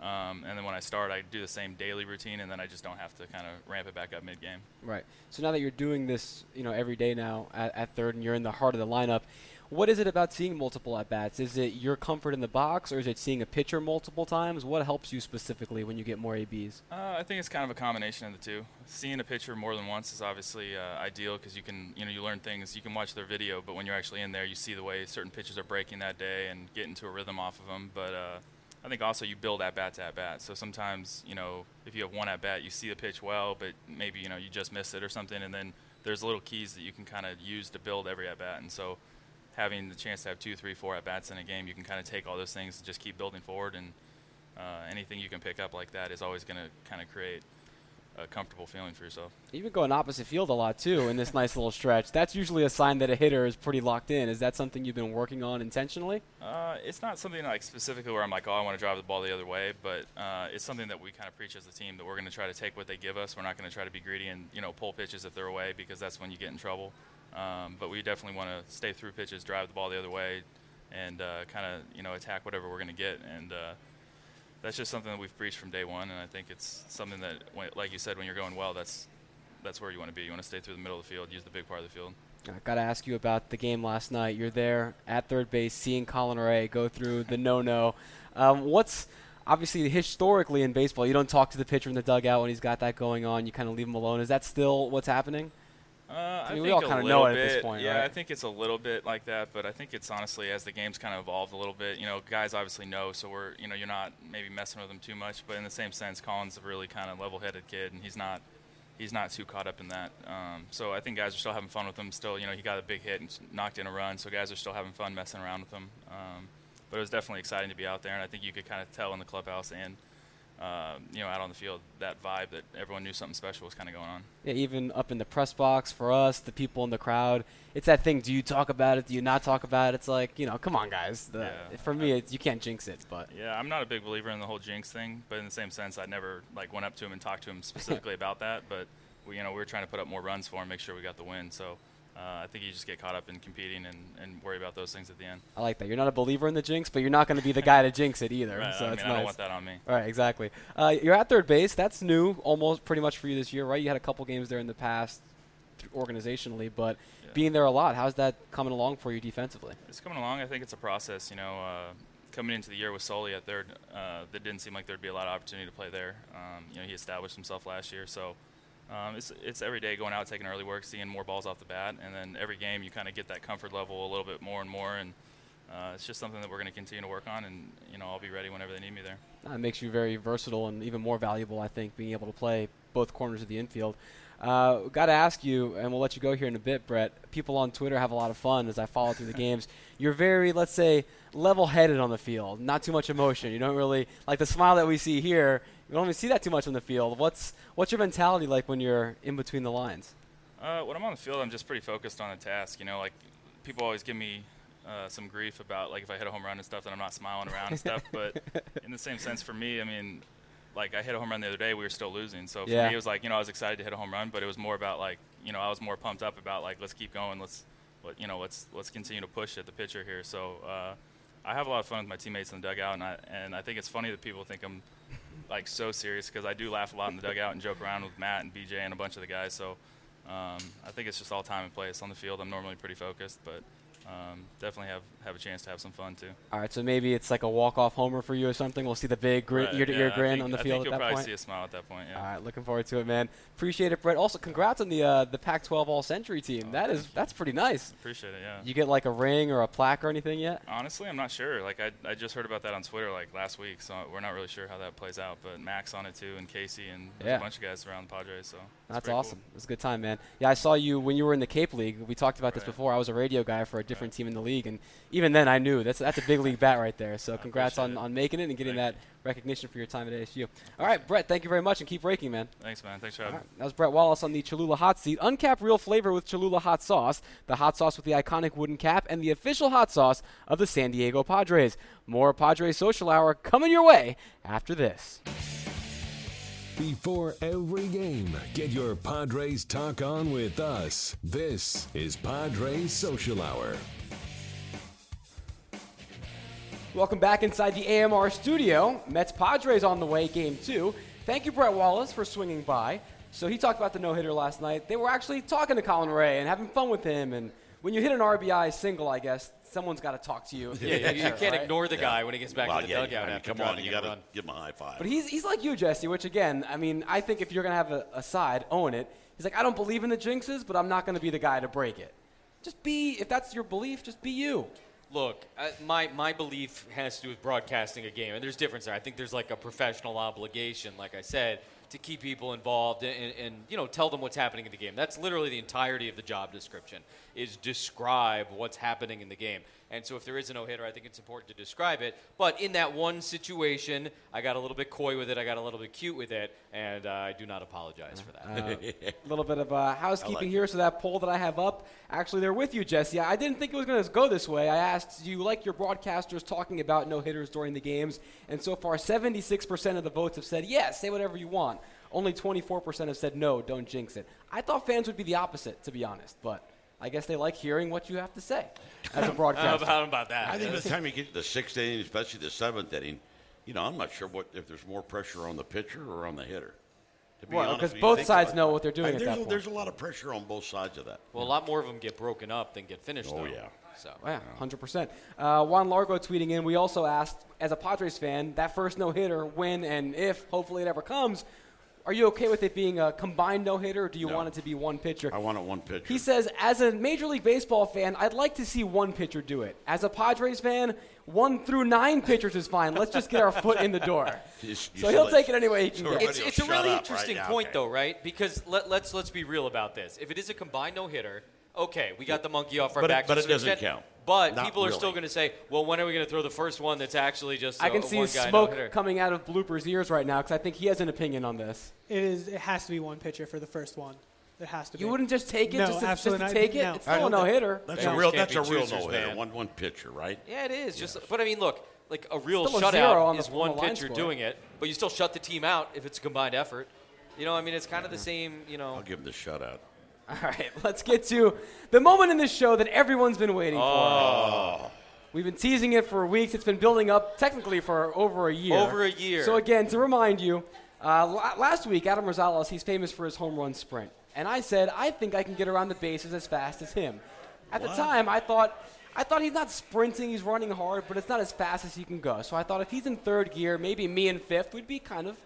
Speaker 7: Um, and then when I start, I do the same daily routine, and then I just don't have to kind of ramp it back up mid game.
Speaker 3: Right. So now that you're doing this, you know, every day now at, at third, and you're in the heart of the lineup, what is it about seeing multiple at bats? Is it your comfort in the box, or is it seeing a pitcher multiple times? What helps you specifically when you get more abs?
Speaker 7: Uh, I think it's kind of a combination of the two. Seeing a pitcher more than once is obviously uh, ideal because you can, you know, you learn things. You can watch their video, but when you're actually in there, you see the way certain pitches are breaking that day and get into a rhythm off of them. But uh, I think also you build at bat to at bat. So sometimes, you know, if you have one at bat, you see the pitch well, but maybe you know you just missed it or something, and then there's little keys that you can kind of use to build every at bat. And so having the chance to have two, three, four at bats in a game, you can kind of take all those things and just keep building forward and uh, anything you can pick up like that is always going to kind of create a comfortable feeling for yourself.
Speaker 3: You've been going opposite field a lot too in this nice little stretch. That's usually a sign that a hitter is pretty locked in. Is that something you've been working on intentionally?
Speaker 7: Uh, it's not something like specifically where I'm like, oh, I want to drive the ball the other way, but uh, it's something that we kind of preach as a team that we're going to try to take what they give us. We're not going to try to be greedy and you know pull pitches if they're away because that's when you get in trouble. Um, but we definitely want to stay through pitches, drive the ball the other way, and uh, kind of you know attack whatever we're going to get. And uh, that's just something that we've preached from day one, and I think it's something that, when, like you said, when you're going well, that's that's where you want to be. You want to stay through the middle of the field, use the big part of the field.
Speaker 3: I got to ask you about the game last night. You're there at third base, seeing Colin Ray go through the no-no. Um, what's obviously historically in baseball, you don't talk to the pitcher in the dugout when he's got that going on. You kind of leave him alone. Is that still what's happening?
Speaker 7: Uh, I,
Speaker 3: mean, we
Speaker 7: think
Speaker 3: all
Speaker 7: a
Speaker 3: kinda
Speaker 7: little
Speaker 3: know it at
Speaker 7: bit.
Speaker 3: this point,
Speaker 7: Yeah,
Speaker 3: right?
Speaker 7: I think it's a little bit like that, but I think it's honestly as the game's kind of evolved a little bit. You know, guys obviously know, so we're you know you're not maybe messing with them too much, but in the same sense, Colin's a really kind of level-headed kid, and he's not he's not too caught up in that. Um, so I think guys are still having fun with him. Still, you know, he got a big hit and s- knocked in a run, so guys are still having fun messing around with him. Um, but it was definitely exciting to be out there, and I think you could kind of tell in the clubhouse and uh, you know out on the field that vibe that everyone knew something special was kind of going on.
Speaker 3: Yeah, even up in the press box for us, the people in the crowd. It's that thing. Do you talk about it? Do you not talk about it? It's like you know, come on, guys. The,
Speaker 7: Yeah.
Speaker 3: For me, it's, you can't jinx it, but
Speaker 7: Yeah, I'm not a big believer in the whole jinx thing, but in the same sense, I never like went up to him and talked to him specifically about that. But we, you know, we were trying to put up more runs for him, make sure we got the win. So uh, I think you just get caught up in competing and, and worry about those things at the end.
Speaker 3: I like that. You're not a believer in the jinx, but you're not going to be the guy to jinx it either.
Speaker 7: Right,
Speaker 3: so
Speaker 7: I mean,
Speaker 3: it's
Speaker 7: I
Speaker 3: nice.
Speaker 7: don't want that on me.
Speaker 3: All right, exactly. Uh, you're at third base. That's new, almost pretty much for you this year, right? You had a couple games there in the past, th- organizationally, but being there a lot, how's that coming along for you defensively?
Speaker 7: It's coming along. I think it's a process. You know, uh, coming into the year with Sully at third, uh, that didn't seem like there'd be a lot of opportunity to play there. Um, you know, he established himself last year, so um, it's it's every day going out, taking early work, seeing more balls off the bat, and then every game you kind of get that comfort level a little bit more and more, and uh, it's just something that we're going to continue to work on, and you know, I'll be ready whenever they need me there.
Speaker 3: Uh, It makes you very versatile and even more valuable, I think, being able to play both corners of the infield. Uh, Got to ask you, and we'll let you go here in a bit, Brett. People on Twitter have a lot of fun as I follow through the games. You're very, let's say, level-headed on the field. Not too much emotion. You don't really like the smile that we see here. You don't even see that too much on the field. What's what's your mentality like when you're in between the lines?
Speaker 7: Uh, when I'm on the field, I'm just pretty focused on the task. You know, like people always give me uh, some grief about like if I hit a home run and stuff, that I'm not smiling around and stuff. But in the same sense, for me, I mean, like I hit a home run the other day, we were still losing. So for
Speaker 3: Yeah.
Speaker 7: me, it was like you know I was excited to hit a home run, but it was more about like you know I was more pumped up about like let's keep going, let's let, you know let's let's continue to push at the pitcher here. So uh, I have a lot of fun with my teammates in the dugout, and I and I think it's funny that people think I'm like so serious because I do laugh a lot in the dugout and joke around with Matt and BJ and a bunch of the guys. So um, I think it's just all time and place. On the field, I'm normally pretty focused, but um, definitely have have a chance to have some fun too.
Speaker 3: All right, so maybe it's like a walk-off homer for you or something. We'll see the big gri-
Speaker 7: But,
Speaker 3: ear-to-ear
Speaker 7: Uh, yeah, I
Speaker 3: grin
Speaker 7: think-
Speaker 3: on the
Speaker 7: I
Speaker 3: field
Speaker 7: think you'll
Speaker 3: at that
Speaker 7: probably
Speaker 3: point.
Speaker 7: see a smile at that point. Yeah.
Speaker 3: All right, looking forward to it, man. Appreciate it, Brett. Also, congrats on the uh, the Pac-12 All-Century team. that is that's pretty nice.
Speaker 7: Appreciate it. Yeah.
Speaker 3: You get like a ring or a plaque or anything yet?
Speaker 7: Honestly, I'm not sure. Like I, I just heard about that on Twitter like last week, so we're not really sure how that plays out. But Max on it too, and Casey, and there's
Speaker 3: Yeah.
Speaker 7: a bunch of guys around the Padres. So it's
Speaker 3: That's
Speaker 7: pretty cool.
Speaker 3: awesome. It was a good time, man. Yeah, I saw you when you were in the Cape League. We talked about this
Speaker 7: Right.
Speaker 3: before. I was a radio guy for a different team in the league, and even then, I knew that's that's a big league bat right there. So congrats on,
Speaker 7: appreciate it.
Speaker 3: on making it and getting
Speaker 7: Thank
Speaker 3: that recognition for your time at ASU. All right, Brett, thank you very much, and keep raking, man.
Speaker 7: Thanks, man. Thanks for having.
Speaker 3: All
Speaker 7: me.
Speaker 3: right, that was Brett Wallace on the Cholula Hot Seat. Uncapped real flavor with Cholula Hot Sauce, the hot sauce with the iconic wooden cap, and the official hot sauce of the San Diego Padres. More Padres Social Hour coming your way after this.
Speaker 2: Before every game, get your Padres talk on with us. This is Padres Social Hour.
Speaker 3: Welcome back inside the AMR studio. Mets Padres on the way, game two. Thank you, Brett Wallace, for swinging by. So he talked about the no hitter last night. They were actually talking to Colin Ray and having fun with him. And when you hit an RBI single, I guess someone's got to talk to you.
Speaker 5: [LAUGHS] Yeah, you, you can't
Speaker 3: Right?
Speaker 5: ignore the guy when he gets back
Speaker 4: Well,
Speaker 5: to the
Speaker 4: yeah,
Speaker 5: dugout
Speaker 4: I mean,
Speaker 5: after
Speaker 4: come on,
Speaker 5: driving
Speaker 4: you
Speaker 5: in a
Speaker 4: gotta
Speaker 5: run.
Speaker 4: give him a high five.
Speaker 3: But he's, he's like you, Jesse, which again, I mean, I think if you're going to have a, a side, own it. He's like, I don't believe in the jinxes, but I'm not going to be the guy to break it. Just be, if that's your belief, just be you.
Speaker 5: Look, I, my my belief has to do with broadcasting a game, and there's difference there. I think there's like a professional obligation, like I said, to keep people involved and, and, and you know tell them what's happening in the game. That's literally the entirety of the job description is describe what's happening in the game. And so if there is a no hitter, I think it's important to describe it. But in that one situation, I got a little bit coy with it. I got a little bit cute with it, and uh, I do not apologize for that. [LAUGHS]
Speaker 3: A little bit of uh, housekeeping here. So that poll that I have up, actually, they're with you, Jesse. I didn't think it was going to go this way. I asked, do you like your broadcasters talking about no hitters during the games? And so far, 76% of the votes have said yes. Say whatever you want. Only 24% have said no. Don't jinx it. I thought fans would be the opposite, to be honest, but I guess they like hearing what you have to say as a
Speaker 5: I don't know
Speaker 3: broadcaster.
Speaker 5: about- about that.
Speaker 4: I think by the time you get to the sixth inning, especially the seventh inning, you know, I'm not sure what if there's more pressure on the pitcher or on the hitter. To be
Speaker 3: Well,
Speaker 4: honest
Speaker 3: because
Speaker 4: with you,
Speaker 3: both
Speaker 4: think
Speaker 3: sides
Speaker 4: about
Speaker 3: know
Speaker 4: it.
Speaker 3: what they're doing
Speaker 4: I-
Speaker 3: at
Speaker 4: there's,
Speaker 3: that
Speaker 4: a,
Speaker 3: point.
Speaker 4: there's a lot of pressure on both sides of that.
Speaker 5: Well, a lot more of them get broken up than get finished.
Speaker 4: Oh,
Speaker 5: though.
Speaker 4: yeah.
Speaker 5: So
Speaker 3: Yeah, hundred percent. Uh, Juan Largo tweeting in. We also asked, as a Padres fan, that first no hitter, when and if, hopefully it ever comes. Are you okay with it being a combined no hitter, or do you
Speaker 4: No.
Speaker 3: want it to be one pitcher?
Speaker 4: I want it one pitcher.
Speaker 3: He says, as a Major League Baseball fan, I'd like to see one pitcher do it. As a Padres fan, one through nine pitchers is fine. Let's just get our foot in the door.
Speaker 4: Just- [LAUGHS] you
Speaker 3: so
Speaker 4: should
Speaker 3: he'll
Speaker 4: let-
Speaker 3: take it any way he can
Speaker 4: so
Speaker 3: get.
Speaker 4: everybody
Speaker 5: it's,
Speaker 4: will
Speaker 5: it's a
Speaker 4: shut
Speaker 5: really
Speaker 4: up right
Speaker 5: interesting
Speaker 4: now,
Speaker 5: point
Speaker 4: okay.
Speaker 5: though, right? Because let, let's let's be real about this. If it is a combined no hitter, okay, we got the monkey off our
Speaker 4: But it-
Speaker 5: back. to
Speaker 4: but
Speaker 5: a
Speaker 4: it
Speaker 5: certain
Speaker 4: doesn't
Speaker 5: extent,
Speaker 4: count.
Speaker 5: But
Speaker 4: Not
Speaker 5: people are still
Speaker 4: really.
Speaker 5: going to say, well, when are we going to throw the first one that's actually just
Speaker 3: I can
Speaker 5: a
Speaker 3: see
Speaker 5: one guy
Speaker 3: smoke
Speaker 5: no-hitter?
Speaker 3: coming out of Blooper's ears right now because I think he has an opinion on this.
Speaker 6: It is. It has to be one pitcher for the first one. It has to be.
Speaker 3: You wouldn't just take it
Speaker 6: No,
Speaker 3: just to, just
Speaker 6: absolutely
Speaker 3: to
Speaker 6: not.
Speaker 3: take it.
Speaker 6: No.
Speaker 3: It's
Speaker 6: I
Speaker 3: still a
Speaker 4: don't
Speaker 3: no
Speaker 4: think-
Speaker 3: hitter.
Speaker 4: That's
Speaker 5: No.
Speaker 4: a real.
Speaker 5: Can't
Speaker 4: That's
Speaker 5: be
Speaker 4: a real
Speaker 5: choosers,
Speaker 4: no hitter.
Speaker 5: man.
Speaker 4: One one pitcher, right?
Speaker 5: Yeah, it is. Just, but I mean, look, like a real
Speaker 3: Still a zero on
Speaker 5: shutout
Speaker 3: the-
Speaker 5: is
Speaker 3: on
Speaker 5: one
Speaker 3: the line
Speaker 5: pitcher
Speaker 3: score.
Speaker 5: doing it, but you still shut the team out if it's a combined effort. You know, I mean, it's kind
Speaker 3: Mm-hmm.
Speaker 5: of the same. You know,
Speaker 4: I'll give him the shutout.
Speaker 3: [LAUGHS] All right, let's get to the moment in this show that everyone's been waiting
Speaker 5: Oh.
Speaker 3: for. We've been teasing it for weeks. It's been building up technically for over a year.
Speaker 5: Over a year.
Speaker 3: So, again, to remind you, uh, la- last week, Adam Rosales, he's famous for his home run sprint. And I said, I think I can get around the bases as fast as him. At the time, I thought. I thought he's not sprinting, he's running hard, but it's not as fast as he can go. So I thought if he's in third gear, maybe me in fifth would be kind of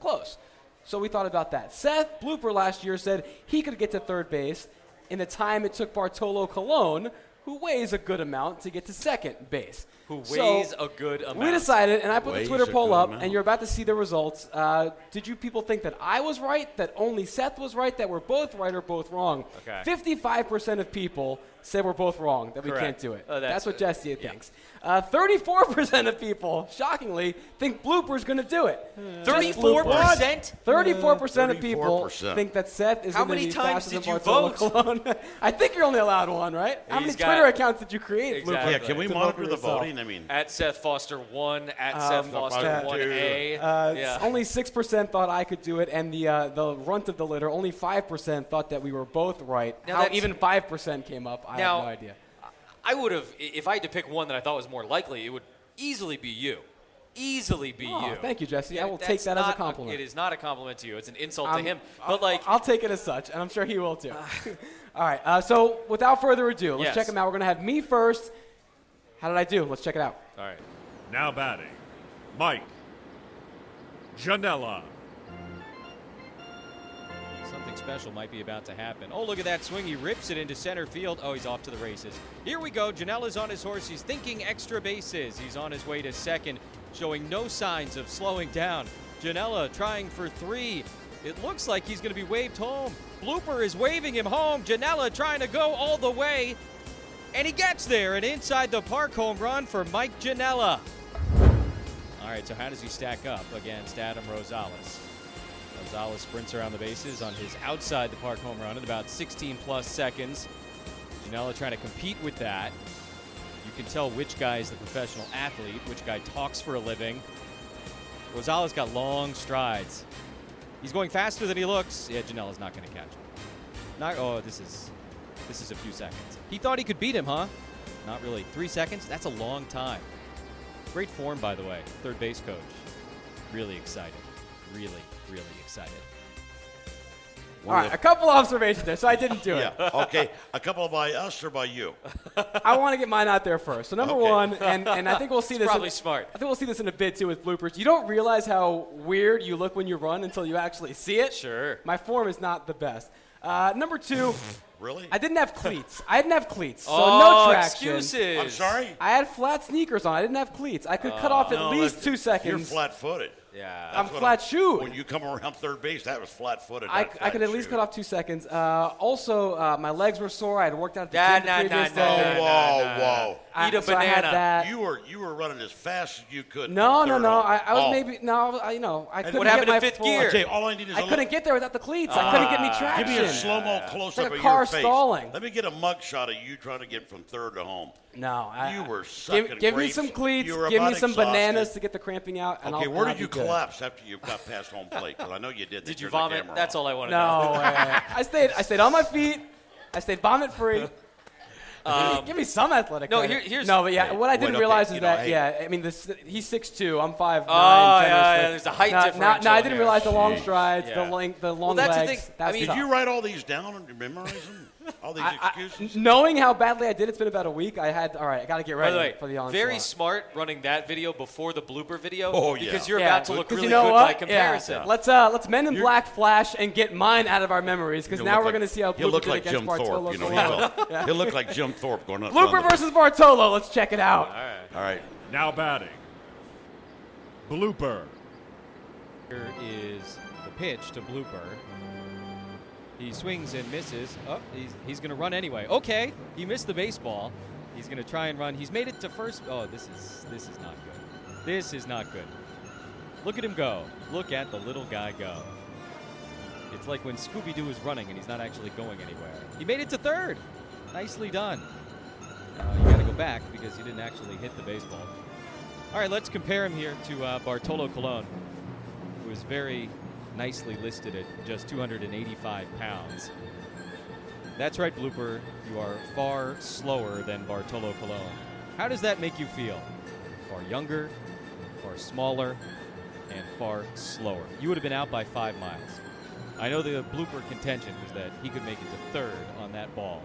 Speaker 3: close. So we thought about that. Seth Blooper last year said he could get to third base in the time it took Bartolo Colon, who weighs a good amount, to get to second base.
Speaker 5: who
Speaker 3: So
Speaker 5: weighs a good amount?
Speaker 3: We decided, and I put the
Speaker 4: Weighs
Speaker 3: Twitter
Speaker 4: a
Speaker 3: poll
Speaker 4: good
Speaker 3: up,
Speaker 4: amount.
Speaker 3: and you're about to see the results. Uh, did you people think that I was right, that only Seth was right, that we're both right or both wrong?
Speaker 5: Okay.
Speaker 3: 55% of people said we're both wrong, that we
Speaker 5: Correct.
Speaker 3: can't do it.
Speaker 5: Oh,
Speaker 3: that's,
Speaker 5: that's-
Speaker 3: what Jesse thinks. Uh, 34% of people, shockingly, think Blooper's going to do it. Hmm. Just
Speaker 5: Thirty-four
Speaker 3: Blooper.
Speaker 5: percent.
Speaker 3: 34%
Speaker 4: Hmm.
Speaker 3: of people
Speaker 4: 34%.
Speaker 3: think that Seth is
Speaker 5: How
Speaker 3: gonna
Speaker 5: many
Speaker 3: be faster
Speaker 5: times
Speaker 3: than
Speaker 5: did you
Speaker 3: Bartolo
Speaker 5: vote?
Speaker 3: Colon. [LAUGHS] I think you're only allowed one, right? How many
Speaker 5: He's got-
Speaker 3: Twitter accounts did you create,
Speaker 5: Exactly.
Speaker 3: Blooper?
Speaker 4: Yeah, can we
Speaker 3: to vote
Speaker 4: monitor
Speaker 3: for
Speaker 4: the
Speaker 3: yourself?
Speaker 4: voting? I mean,
Speaker 5: At Seth Foster one, at
Speaker 3: Um,
Speaker 5: Seth Foster
Speaker 4: Foster
Speaker 5: one
Speaker 4: two.
Speaker 5: A.
Speaker 3: Uh,
Speaker 5: yeah.
Speaker 3: Only six percent thought I could do it, and the uh, the runt of the litter, only five percent thought that we were both right.
Speaker 5: Now
Speaker 3: How
Speaker 5: that's-
Speaker 3: even five percent came up, I
Speaker 5: Now-
Speaker 3: have no idea.
Speaker 5: I would have, i- if I had to pick one that I thought was more likely, it would easily be you.
Speaker 8: easily be
Speaker 3: Oh,
Speaker 8: you.
Speaker 3: thank you, Jesse. I will
Speaker 8: that's
Speaker 3: take that as a
Speaker 8: not
Speaker 3: compliment.
Speaker 8: it is not a compliment to you. It's an insult to
Speaker 3: I'm-
Speaker 8: him.
Speaker 3: I'll-
Speaker 8: But like,
Speaker 3: Um, I'll take it as such, and I'm sure he will too. [LAUGHS] All right. Uh, so without further ado, let's
Speaker 8: Yes.
Speaker 3: check him out. We're gonna have me first. How did I do? Let's check it out.
Speaker 8: all right.
Speaker 2: Now batting, Mike Janella.
Speaker 5: Something special might be about to happen. Oh, look at that swing. He rips it into center field. Oh, he's off to the races. Here we go. Janella's on his horse. He's thinking extra bases. He's on his way to second, showing no signs of slowing down. Janella trying for three. It looks like he's going to be waved home. Blooper is waving him home. Janella trying to go all the way. And he gets there. An inside the park home run for Mike Janella. All right, so how does he stack up against Adam Rosales? Gonzalez sprints around the bases on his outside the park home run in about 16 plus seconds. Janela trying to compete with that. You can tell which guy is the professional athlete, which guy talks for a living. Rosales got long strides. He's going faster than he looks. Yeah, Janela's not going to catch him. Not. Oh, this is this is a few seconds. He thought he could beat him, huh? Not really. Three seconds. That's a long time. Great form, by the way. Third base coach. Really excited. Really, really excited.
Speaker 3: All right. A couple observations there. So I didn't do it.
Speaker 4: yeah. Okay. A couple by us or by you?
Speaker 3: I want to get mine out there first. So number
Speaker 4: Okay.
Speaker 3: one, and, and
Speaker 8: [LAUGHS]
Speaker 3: I think we'll see this.
Speaker 8: probably
Speaker 3: in-
Speaker 8: smart.
Speaker 3: I think we'll see this in a bit too with bloopers. You don't realize how weird you look when you run until you actually see it.
Speaker 8: Sure.
Speaker 3: My form is not the best. Uh, number two,
Speaker 4: Really?
Speaker 3: I didn't have cleats. I didn't have cleats, so
Speaker 8: oh,
Speaker 3: no traction.
Speaker 8: excuses.
Speaker 4: I'm sorry.
Speaker 3: I had flat sneakers on. I didn't have cleats. I could cut
Speaker 8: Uh,
Speaker 3: off at
Speaker 4: No,
Speaker 3: least
Speaker 4: Oh, that's-
Speaker 3: two seconds.
Speaker 4: You're flat-footed.
Speaker 8: Yeah.
Speaker 4: That's
Speaker 3: I'm
Speaker 4: what
Speaker 3: flat-shoed.
Speaker 4: When you come around third base, that was flat-footed.
Speaker 3: I,
Speaker 4: not
Speaker 3: I could at least
Speaker 4: flat-shoed.
Speaker 3: cut off two seconds. Uh, also, uh, my legs were sore. I had worked out at the
Speaker 8: Nah,
Speaker 3: gym
Speaker 8: nah,
Speaker 3: the previous
Speaker 4: [LAUGHS]
Speaker 8: nah,
Speaker 3: day.
Speaker 8: nah,
Speaker 4: Oh, whoa, whoa!
Speaker 3: I-
Speaker 8: Eat a
Speaker 3: so I had
Speaker 8: banana.
Speaker 3: that.
Speaker 4: You were you were running as fast as you could.
Speaker 3: no,
Speaker 4: from
Speaker 3: no,
Speaker 4: third
Speaker 3: no.
Speaker 4: on.
Speaker 3: I, I was
Speaker 4: Oh.
Speaker 3: maybe no. I was, I- you know, I couldn't
Speaker 8: happened
Speaker 3: get
Speaker 8: in
Speaker 3: my
Speaker 8: fifth
Speaker 3: full-
Speaker 8: gear? Ah.
Speaker 4: Okay, all I need is a
Speaker 3: I
Speaker 4: little,
Speaker 3: couldn't get there without the cleats. I couldn't get any
Speaker 4: Give
Speaker 3: traction.
Speaker 4: me a slow mo close
Speaker 3: like
Speaker 4: up
Speaker 3: a
Speaker 4: of
Speaker 3: car
Speaker 4: your face.
Speaker 3: stalling.
Speaker 4: Let me get a mug shot of you trying to get from third to home.
Speaker 3: no, I,
Speaker 4: You were
Speaker 3: Give,
Speaker 4: sucking
Speaker 3: give me
Speaker 4: grapes.
Speaker 3: some cleats.
Speaker 4: You were
Speaker 3: Give me
Speaker 4: about
Speaker 3: some bananas
Speaker 4: exhausted.
Speaker 3: to get the cramping out. And
Speaker 4: okay,
Speaker 3: I'll,
Speaker 4: where
Speaker 3: and
Speaker 4: did
Speaker 3: I'll
Speaker 4: you
Speaker 3: be good.
Speaker 4: collapse after you got past home plate? 'Cause I know you did. They
Speaker 8: Did you
Speaker 4: turned the
Speaker 8: vomit?
Speaker 4: camera
Speaker 8: That's
Speaker 4: off.
Speaker 8: all I want to know.
Speaker 3: [LAUGHS] No, way. I stayed. I stayed on my feet. I stayed vomit
Speaker 4: [LAUGHS]
Speaker 3: free. Give me some athletic.
Speaker 8: no,
Speaker 3: credit.
Speaker 8: here- here's-
Speaker 3: no, but yeah,
Speaker 8: Hey,
Speaker 3: what I didn't
Speaker 4: Um, okay,
Speaker 3: realize
Speaker 4: you
Speaker 3: is
Speaker 4: know,
Speaker 3: that
Speaker 4: hey.
Speaker 3: yeah, I mean this, he's six two, I'm five
Speaker 8: Oh,
Speaker 3: nine.
Speaker 8: yeah, yeah, there's a height
Speaker 3: no, no,
Speaker 8: differential
Speaker 3: No, I didn't
Speaker 8: here.
Speaker 3: realize the long strides,
Speaker 8: Yeah.
Speaker 3: the length, the
Speaker 8: Well,
Speaker 3: long
Speaker 8: that's the
Speaker 3: legs.
Speaker 8: thing. I
Speaker 3: That's
Speaker 8: mean, uh,
Speaker 3: tough.
Speaker 4: Did you write all these down and memorize them? All these excuses?
Speaker 3: knowing how badly I did, it's been about a week. I had all right. I got to get
Speaker 8: By
Speaker 3: ready
Speaker 8: the way,
Speaker 3: for the onslaught.
Speaker 8: very smart running that video before the blooper video.
Speaker 4: Oh, yeah.
Speaker 8: Because you're
Speaker 3: Yeah,
Speaker 8: about to look
Speaker 3: 'cause
Speaker 8: really
Speaker 3: you know
Speaker 8: good
Speaker 3: what?
Speaker 8: by comparison.
Speaker 3: Yeah. Let's uh, let's Men in Black flash and get mine out of our memories because
Speaker 4: You'll
Speaker 3: now
Speaker 4: look
Speaker 3: we're
Speaker 4: like-
Speaker 3: gonna see how
Speaker 4: He'll
Speaker 3: Blooper
Speaker 4: look
Speaker 3: did
Speaker 4: like
Speaker 3: against
Speaker 4: Jim
Speaker 3: Bartolo.
Speaker 4: Thorpe. You know, he
Speaker 3: Colon. [LAUGHS]
Speaker 4: will. He'll look like Jim Thorpe going up.
Speaker 3: Blooper versus Bartolo. Let's check it out.
Speaker 4: All right.
Speaker 2: Now batting, Blooper.
Speaker 5: Here is the pitch to Blooper. He swings and misses. Oh, he's, he's going to run anyway. Okay, he missed the baseball. He's going to try and run. He's made it to first. Oh, this is this is not good. This is not good. Look at him go. Look at the little guy go. It's like when Scooby Doo is running and he's not actually going anywhere. He made it to third. Nicely done. Now you got to go back because he didn't actually hit the baseball. All right, let's compare him here to uh, Bartolo Colon who is very nicely listed at just 285 pounds. That's right, Blooper. You are far slower than Bartolo Colon. How does that make you feel? Far younger, far smaller, and far slower. You would have been out by five miles. I know the Blooper contention was that he could make it to third on that ball.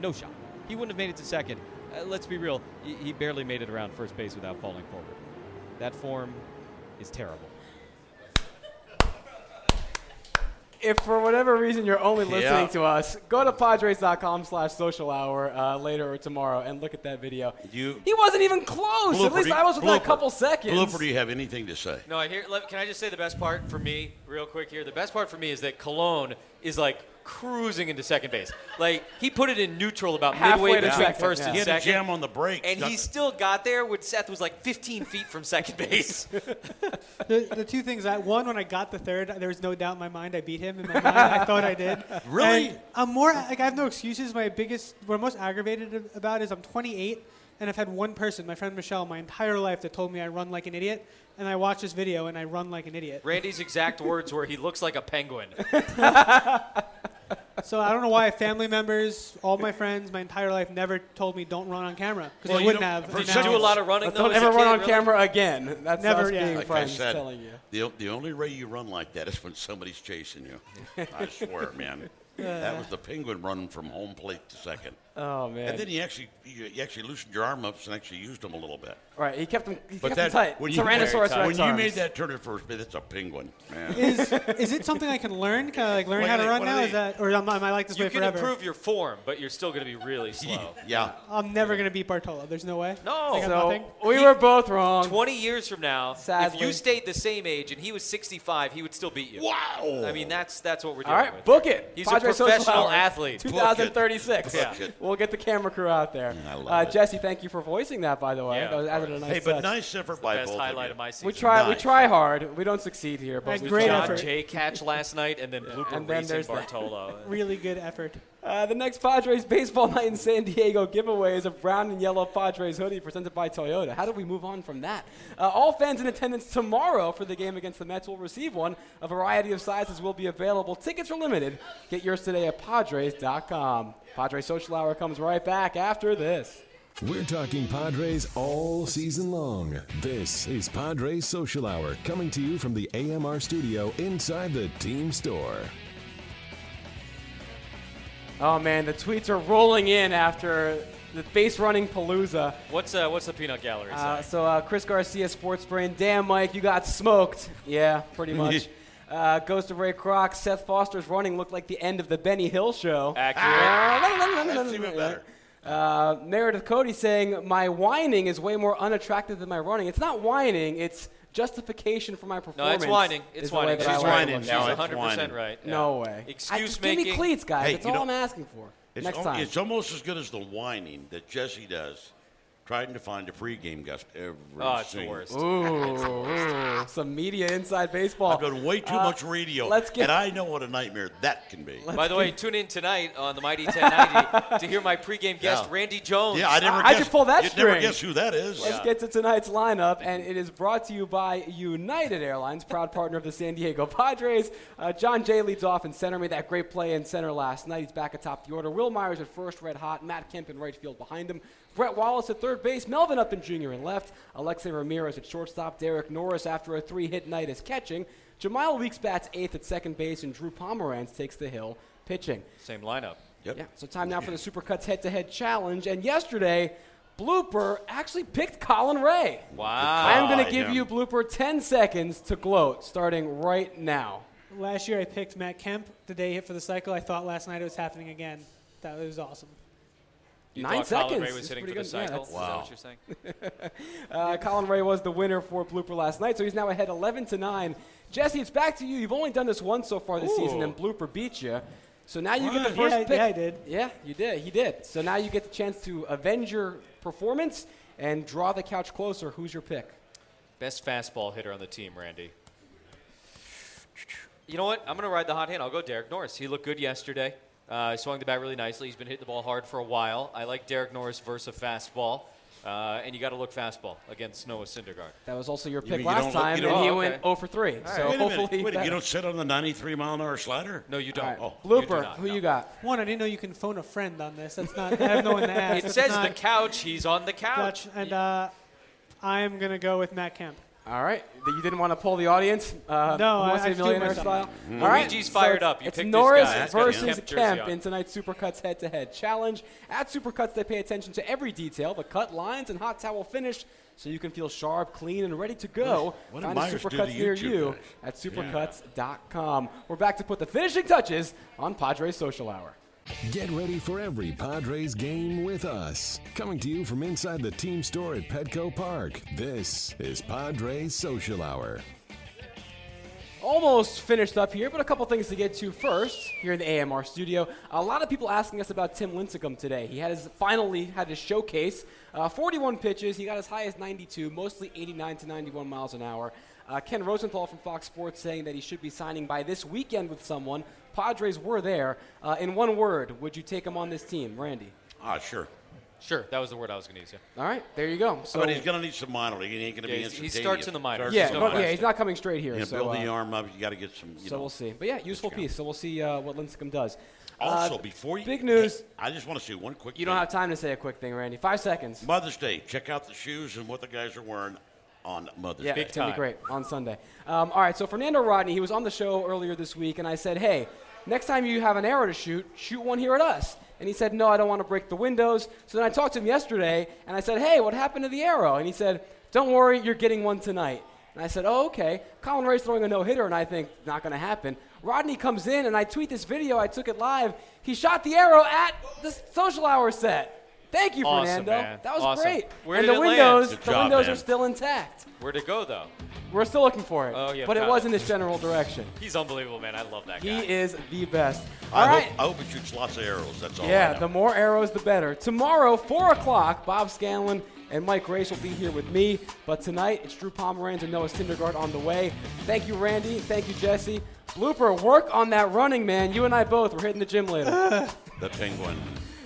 Speaker 5: No shot. He wouldn't have made it to second. Uh, let's be real, he- he barely made it around first base without falling forward. That form is terrible.
Speaker 3: if for whatever reason you're only listening
Speaker 4: Yeah.
Speaker 3: to us, go to padres.com slash social hour uh, later or tomorrow and look at that video.
Speaker 4: You-
Speaker 3: he wasn't even close.
Speaker 4: Blooper,
Speaker 3: at least
Speaker 4: do-
Speaker 3: I was within a
Speaker 4: Blooper.
Speaker 3: couple seconds.
Speaker 4: Blooper, do you have anything to say?
Speaker 8: No, I hear. Let, can I just say the best part for me, real quick here? The best part for me is that Cologne is like cruising into second base. Like he put it in neutral about
Speaker 3: Halfway
Speaker 8: midway
Speaker 3: to
Speaker 8: between
Speaker 3: second,
Speaker 8: first
Speaker 3: yeah.
Speaker 8: and
Speaker 4: He had a
Speaker 8: second,
Speaker 4: jam on the break.
Speaker 8: and he still got there when Seth was like 15 feet from second base.
Speaker 6: The, the two things I one when I got the third, there was no doubt in my mind I beat him. In my mind, I thought I did.
Speaker 4: Really?
Speaker 6: And I'm more like I have no excuses. My biggest, what I'm most aggravated ab- about is I'm 28 and I've had one person, my friend Michelle, my entire life that told me I run like an idiot, and I watched this video and I run like an idiot.
Speaker 8: Randy's exact words were, "He looks like a penguin."
Speaker 6: So I don't know why family members, all my friends, my entire life never told me don't run on camera because
Speaker 5: Well,
Speaker 6: I
Speaker 5: you
Speaker 6: wouldn't
Speaker 5: don't-
Speaker 6: have.
Speaker 5: Did
Speaker 6: And
Speaker 5: you
Speaker 6: now
Speaker 5: do a lot of running? though,
Speaker 3: Don't
Speaker 5: as a
Speaker 3: ever run
Speaker 5: kid,
Speaker 3: on
Speaker 5: really?
Speaker 3: camera again. That's
Speaker 6: Never,
Speaker 3: us
Speaker 6: yeah.
Speaker 3: being
Speaker 6: Like
Speaker 4: Like I
Speaker 3: friends
Speaker 4: said,
Speaker 3: telling you.
Speaker 4: the, o- the only way you run like that is when somebody's chasing
Speaker 3: [LAUGHS]
Speaker 4: you. I swear, man. That was the penguin run from home plate to second.
Speaker 3: Oh man!
Speaker 4: And then you actually you, you actually loosened your arm ups and actually used them a little bit.
Speaker 3: right, he kept him. He
Speaker 4: But
Speaker 3: kept
Speaker 4: that
Speaker 3: him tight.
Speaker 4: when you
Speaker 3: Tyrannosaurus
Speaker 5: Very tight.
Speaker 3: Rex
Speaker 4: when you made
Speaker 3: arms.
Speaker 4: that turn at first, man, that's a penguin, man.
Speaker 3: [LAUGHS]
Speaker 6: Is, is it something I can learn? Can I like learn
Speaker 4: What
Speaker 6: how
Speaker 4: are
Speaker 6: to
Speaker 4: they-
Speaker 6: run
Speaker 4: what are
Speaker 6: now?
Speaker 4: they-
Speaker 6: Is that or am, I- am I like this
Speaker 5: You
Speaker 6: way
Speaker 5: can
Speaker 6: forever?
Speaker 5: improve your form, but you're still going to be really slow.
Speaker 4: yeah.
Speaker 6: I'm never gonna beat Bartolo. There's no way.
Speaker 5: No.
Speaker 6: Like, I'm
Speaker 5: So-
Speaker 6: nothing?
Speaker 3: we were both wrong.
Speaker 5: 20 years from now, if you
Speaker 3: Sadly.
Speaker 5: stayed the same age and he was 65, he would still beat you.
Speaker 4: Wow.
Speaker 5: I mean, that's that's what we're doing.
Speaker 3: All right, book it.
Speaker 5: He's
Speaker 3: Padres
Speaker 5: a
Speaker 3: Social
Speaker 5: professional
Speaker 3: Hour,
Speaker 5: athlete.
Speaker 3: 2036.
Speaker 4: Book it.
Speaker 3: We'll get the camera crew out there.
Speaker 5: Mm,
Speaker 4: I love
Speaker 3: uh,
Speaker 4: it.
Speaker 3: Jesse, thank you for voicing that, by the way.
Speaker 5: Yeah,
Speaker 3: that was
Speaker 5: of
Speaker 3: added a
Speaker 5: course.
Speaker 3: nice
Speaker 4: Hey, but
Speaker 3: touch.
Speaker 4: nice effort by
Speaker 5: Best
Speaker 4: both
Speaker 5: highlight of
Speaker 4: of you.
Speaker 5: my season.
Speaker 3: We try. We
Speaker 4: Nice.
Speaker 3: try hard. We don't succeed here, but
Speaker 6: Right,
Speaker 3: we
Speaker 6: Great
Speaker 5: John
Speaker 6: effort.
Speaker 5: Jay catch last night, and then blooper
Speaker 3: And then
Speaker 5: Reese
Speaker 3: there's that.
Speaker 5: Bartolo.
Speaker 6: Really good effort.
Speaker 3: Uh, the next Padres Baseball Night in San Diego giveaway is a brown and yellow Padres hoodie presented by Toyota. How do we move on from that? Uh, all fans in attendance tomorrow for the game against the Mets will receive one. A variety of sizes will be available. Tickets are limited. Get yours today at Padres.com. Padres Social Hour comes right back after this.
Speaker 2: We're talking Padres all season long. This is Padres Social Hour coming to you from the AMR studio inside the team store.
Speaker 3: Oh man, the tweets are rolling in after the base running palooza.
Speaker 5: What's uh, what's the peanut gallery?
Speaker 3: Uh,
Speaker 5: say?
Speaker 3: so uh, Chris Garcia, sports brain. Damn, Mike, you got smoked. Yeah, pretty
Speaker 4: [LAUGHS]
Speaker 3: much. uh, Ghost of Ray Kroc, Seth Foster's running looked like the end of the Benny Hill show. Ah.
Speaker 5: Accurate.
Speaker 4: That's even better.
Speaker 3: Uh, Meredith Cody saying my whining is way more unattractive than my running. It's not whining. It's justification for my
Speaker 5: No,
Speaker 3: performance.
Speaker 5: it's whining.
Speaker 3: is
Speaker 5: It's
Speaker 3: the way
Speaker 5: whining.
Speaker 3: that
Speaker 5: She's
Speaker 3: I like
Speaker 4: whining.
Speaker 3: it.
Speaker 5: She's
Speaker 4: No, it's
Speaker 5: 100 percent
Speaker 4: whining.
Speaker 5: right. Yeah.
Speaker 3: No way. I-
Speaker 5: Excuse
Speaker 3: just
Speaker 5: making.
Speaker 3: Give me cleats, guys.
Speaker 4: Hey,
Speaker 3: That's
Speaker 4: you
Speaker 3: all
Speaker 4: know,
Speaker 3: I'm asking for.
Speaker 4: It's,
Speaker 3: Next
Speaker 4: al-
Speaker 3: time.
Speaker 4: it's almost as good as the whining that Jesse does, trying to find a pregame guest every
Speaker 5: Oh, it's the
Speaker 4: single-
Speaker 5: worst.
Speaker 4: [LAUGHS]
Speaker 3: Ooh, some media inside baseball.
Speaker 4: I've done way too much radio,
Speaker 3: Uh, let's get-
Speaker 4: and I know what a nightmare that can be.
Speaker 5: By the way, tune in tonight on the Mighty 1090 to hear my pregame guest,
Speaker 4: Yeah.
Speaker 5: Randy Jones.
Speaker 4: Yeah, I never.
Speaker 3: I- I
Speaker 4: guessed-
Speaker 3: could pull that
Speaker 4: You'd never
Speaker 3: string.
Speaker 4: guess who that is.
Speaker 3: Let's get to tonight's lineup, and it is brought to you by United Airlines, proud partner of the San Diego Padres. Uh, John Jay leads off in center, made that great play in center last night. He's back atop the order. Will Myers at first, red hot. Matt Kemp in right field behind him. Brett Wallace at third base. Melvin Upton Jr. in left. Alexei Ramirez at shortstop. Derek Norris after a three-hit night is catching. Jamal Weeks bats eighth at second base, and Drew Pomeranz takes the hill pitching.
Speaker 5: Same lineup.
Speaker 4: Yep.
Speaker 3: Yeah, so time now for the Supercuts head to head challenge. And yesterday, Blooper actually picked Colin Ray.
Speaker 5: Wow.
Speaker 3: I'm going
Speaker 4: I
Speaker 3: to give
Speaker 4: am.
Speaker 3: you, Blooper, 10 seconds to gloat starting right now.
Speaker 6: Last year I picked Matt Kemp the day he hit for the cycle. I thought last night it was happening again. That was awesome.
Speaker 5: You
Speaker 3: Nine
Speaker 5: thought Colin Ray
Speaker 3: seconds.
Speaker 5: was
Speaker 3: It's
Speaker 5: hitting for
Speaker 3: pretty
Speaker 5: the
Speaker 3: good. Yeah,
Speaker 5: cycle.
Speaker 3: that's-
Speaker 5: Is that what you're saying?
Speaker 3: Uh, Colin Ray was the winner for Blooper last night, so he's now ahead 11 to 9. Jesse, it's back to you. You've only done this once so far this season,
Speaker 5: Ooh.
Speaker 3: and Blooper beat you. So now you get the
Speaker 6: Yeah,
Speaker 3: first
Speaker 6: I-
Speaker 3: pick.
Speaker 6: yeah, I did.
Speaker 3: Yeah, you did. He did. So now you get the chance to avenge your performance and draw the couch closer. Who's your pick?
Speaker 5: Best fastball hitter on the team, Randy. You know what? I'm going to ride the hot hand. I'll go Derek Norris. He looked good yesterday. Uh, he swung the bat really nicely. He's been hitting the ball hard for a while. I like Derek Norris versus a fastball. Uh, and you got to look fastball against Noah Syndergaard.
Speaker 3: That was also your
Speaker 4: mean
Speaker 3: pick
Speaker 4: you
Speaker 3: last
Speaker 4: don't look-
Speaker 3: time,
Speaker 4: you
Speaker 3: and
Speaker 5: don't-
Speaker 3: he
Speaker 5: oh,
Speaker 3: went
Speaker 5: okay.
Speaker 3: 0 for 3. So
Speaker 4: Wait
Speaker 3: [LAUGHS] hopefully,
Speaker 4: a minute. Wait a
Speaker 3: that-
Speaker 4: minute. You don't sit on the 93 mile an hour slider.
Speaker 5: No, you
Speaker 3: All
Speaker 5: don't.
Speaker 3: right.
Speaker 5: Oh, you do
Speaker 3: Blooper,
Speaker 5: not,
Speaker 3: who
Speaker 5: no.
Speaker 3: you got?
Speaker 6: One, I didn't know you can phone a friend on this. That's not. I have no one
Speaker 5: [LAUGHS]
Speaker 6: to ask.
Speaker 5: It
Speaker 6: That's
Speaker 5: says the
Speaker 6: not
Speaker 5: couch. He's on the couch.
Speaker 6: Dutch. And uh, I am gonna go with Matt Kemp.
Speaker 3: All right, Th- you didn't want to pull the audience. Uh, Who
Speaker 6: No, I-
Speaker 3: Wants to Be
Speaker 6: I
Speaker 3: a
Speaker 6: just do
Speaker 3: Millionaire
Speaker 6: myself.
Speaker 3: style. All right,
Speaker 5: Luigi's
Speaker 3: so
Speaker 5: fired
Speaker 3: it's-
Speaker 5: up. You
Speaker 3: it's
Speaker 5: picked this
Speaker 3: Norris
Speaker 5: guy. That's got a
Speaker 3: versus
Speaker 5: Kemp
Speaker 3: Kemp,
Speaker 5: jersey on.
Speaker 3: in tonight's Supercuts head-to-head challenge. At Supercuts, they pay attention to every detail, the cut lines and hot towel finish, so you can feel sharp, clean, and ready to go.
Speaker 4: What did
Speaker 3: Find a
Speaker 4: Myers do to
Speaker 3: Supercuts near
Speaker 4: YouTube
Speaker 3: you at supercuts.com. We're back to put the finishing touches on Padres Social Hour.
Speaker 2: Get ready for every Padres game with us. Coming to you from inside the team store at Petco Park. This is Padres Social Hour.
Speaker 3: almost finished up here, but a couple things to get to first here in the AMR studio. A lot of people asking us about Tim Lincecum today. He has finally had his showcase. Uh, 41 pitches. He got as high as 92, mostly 89 to 91 miles an hour. Uh, Ken Rosenthal from Fox Sports saying that he should be signing by this weekend with someone. Padres were there. Uh, in one word, would you take him on this team, Randy?
Speaker 4: Ah, sure.
Speaker 5: Sure, that was the word I was going to use. Yeah.
Speaker 3: All right, there you go. So
Speaker 4: but he's going to need some minor league. He ain't going to
Speaker 5: Yeah,
Speaker 4: be
Speaker 5: he's- he
Speaker 4: instantaneous.
Speaker 5: starts in the minors.
Speaker 4: Starts
Speaker 3: yeah,
Speaker 4: in the
Speaker 5: no
Speaker 3: but-
Speaker 4: minors.
Speaker 3: yeah, he's not coming straight here.
Speaker 4: You know,
Speaker 3: so,
Speaker 4: build the
Speaker 3: uh,
Speaker 4: arm up. You got to get some. You
Speaker 3: so
Speaker 4: know,
Speaker 3: we'll see. But yeah, useful
Speaker 4: discount.
Speaker 3: piece. So we'll see uh, what Lincecum does.
Speaker 4: Also,
Speaker 3: Uh,
Speaker 4: before you
Speaker 3: big news.
Speaker 4: Hey, I just want to say one quick.
Speaker 3: You don't
Speaker 4: thing.
Speaker 3: have time to say a quick thing, Randy. Five seconds.
Speaker 4: Mother's Day. Check out the shoes and what the guys are wearing on Mother's
Speaker 3: Yeah,
Speaker 4: Day.
Speaker 3: it's gonna be great on Sunday. Um, all right, so Fernando Rodney, he was on the show earlier this week, and I said, "Hey, next time you have an arrow to shoot, shoot one here at us." And he said, "No, I don't want to break the windows." So then I talked to him yesterday, and I said, "Hey, what happened to the arrow?" And he said, "Don't worry, you're getting one tonight." And I said, "Oh, okay." Colin Ray's throwing a no hitter, and I think not gonna happen. Rodney comes in, and I tweet this video. I took it live. He shot the arrow at the social hour set. Thank you,
Speaker 5: Awesome,
Speaker 3: Fernando.
Speaker 5: man.
Speaker 3: That was
Speaker 5: Awesome.
Speaker 3: great.
Speaker 5: Where
Speaker 3: and
Speaker 5: did
Speaker 3: the
Speaker 5: it land?
Speaker 3: windows,
Speaker 4: Good
Speaker 3: the
Speaker 4: job,
Speaker 3: windows
Speaker 4: man.
Speaker 3: are still intact.
Speaker 5: Where'd it go though?
Speaker 3: We're still looking for it.
Speaker 5: Oh, yeah,
Speaker 3: but it
Speaker 5: found
Speaker 3: was
Speaker 5: it.
Speaker 3: in this general direction.
Speaker 5: He's unbelievable, man. I love that
Speaker 3: He
Speaker 5: guy.
Speaker 3: is the best.
Speaker 4: I,
Speaker 3: All right.
Speaker 4: hope, I hope it shoots lots of arrows. That's all. I
Speaker 3: yeah,
Speaker 4: know.
Speaker 3: the more arrows, the better. Tomorrow, 4 o'clock, Bob Scanlon and Mike Grace will be here with me. But tonight, it's Drew Pomeranz and Noah Syndergaard on the way. Thank you, Randy. Thank you, Jesse. Blooper, work on that running, man. You and I both. We're hitting the gym
Speaker 4: [LAUGHS]
Speaker 3: later.
Speaker 4: The penguin.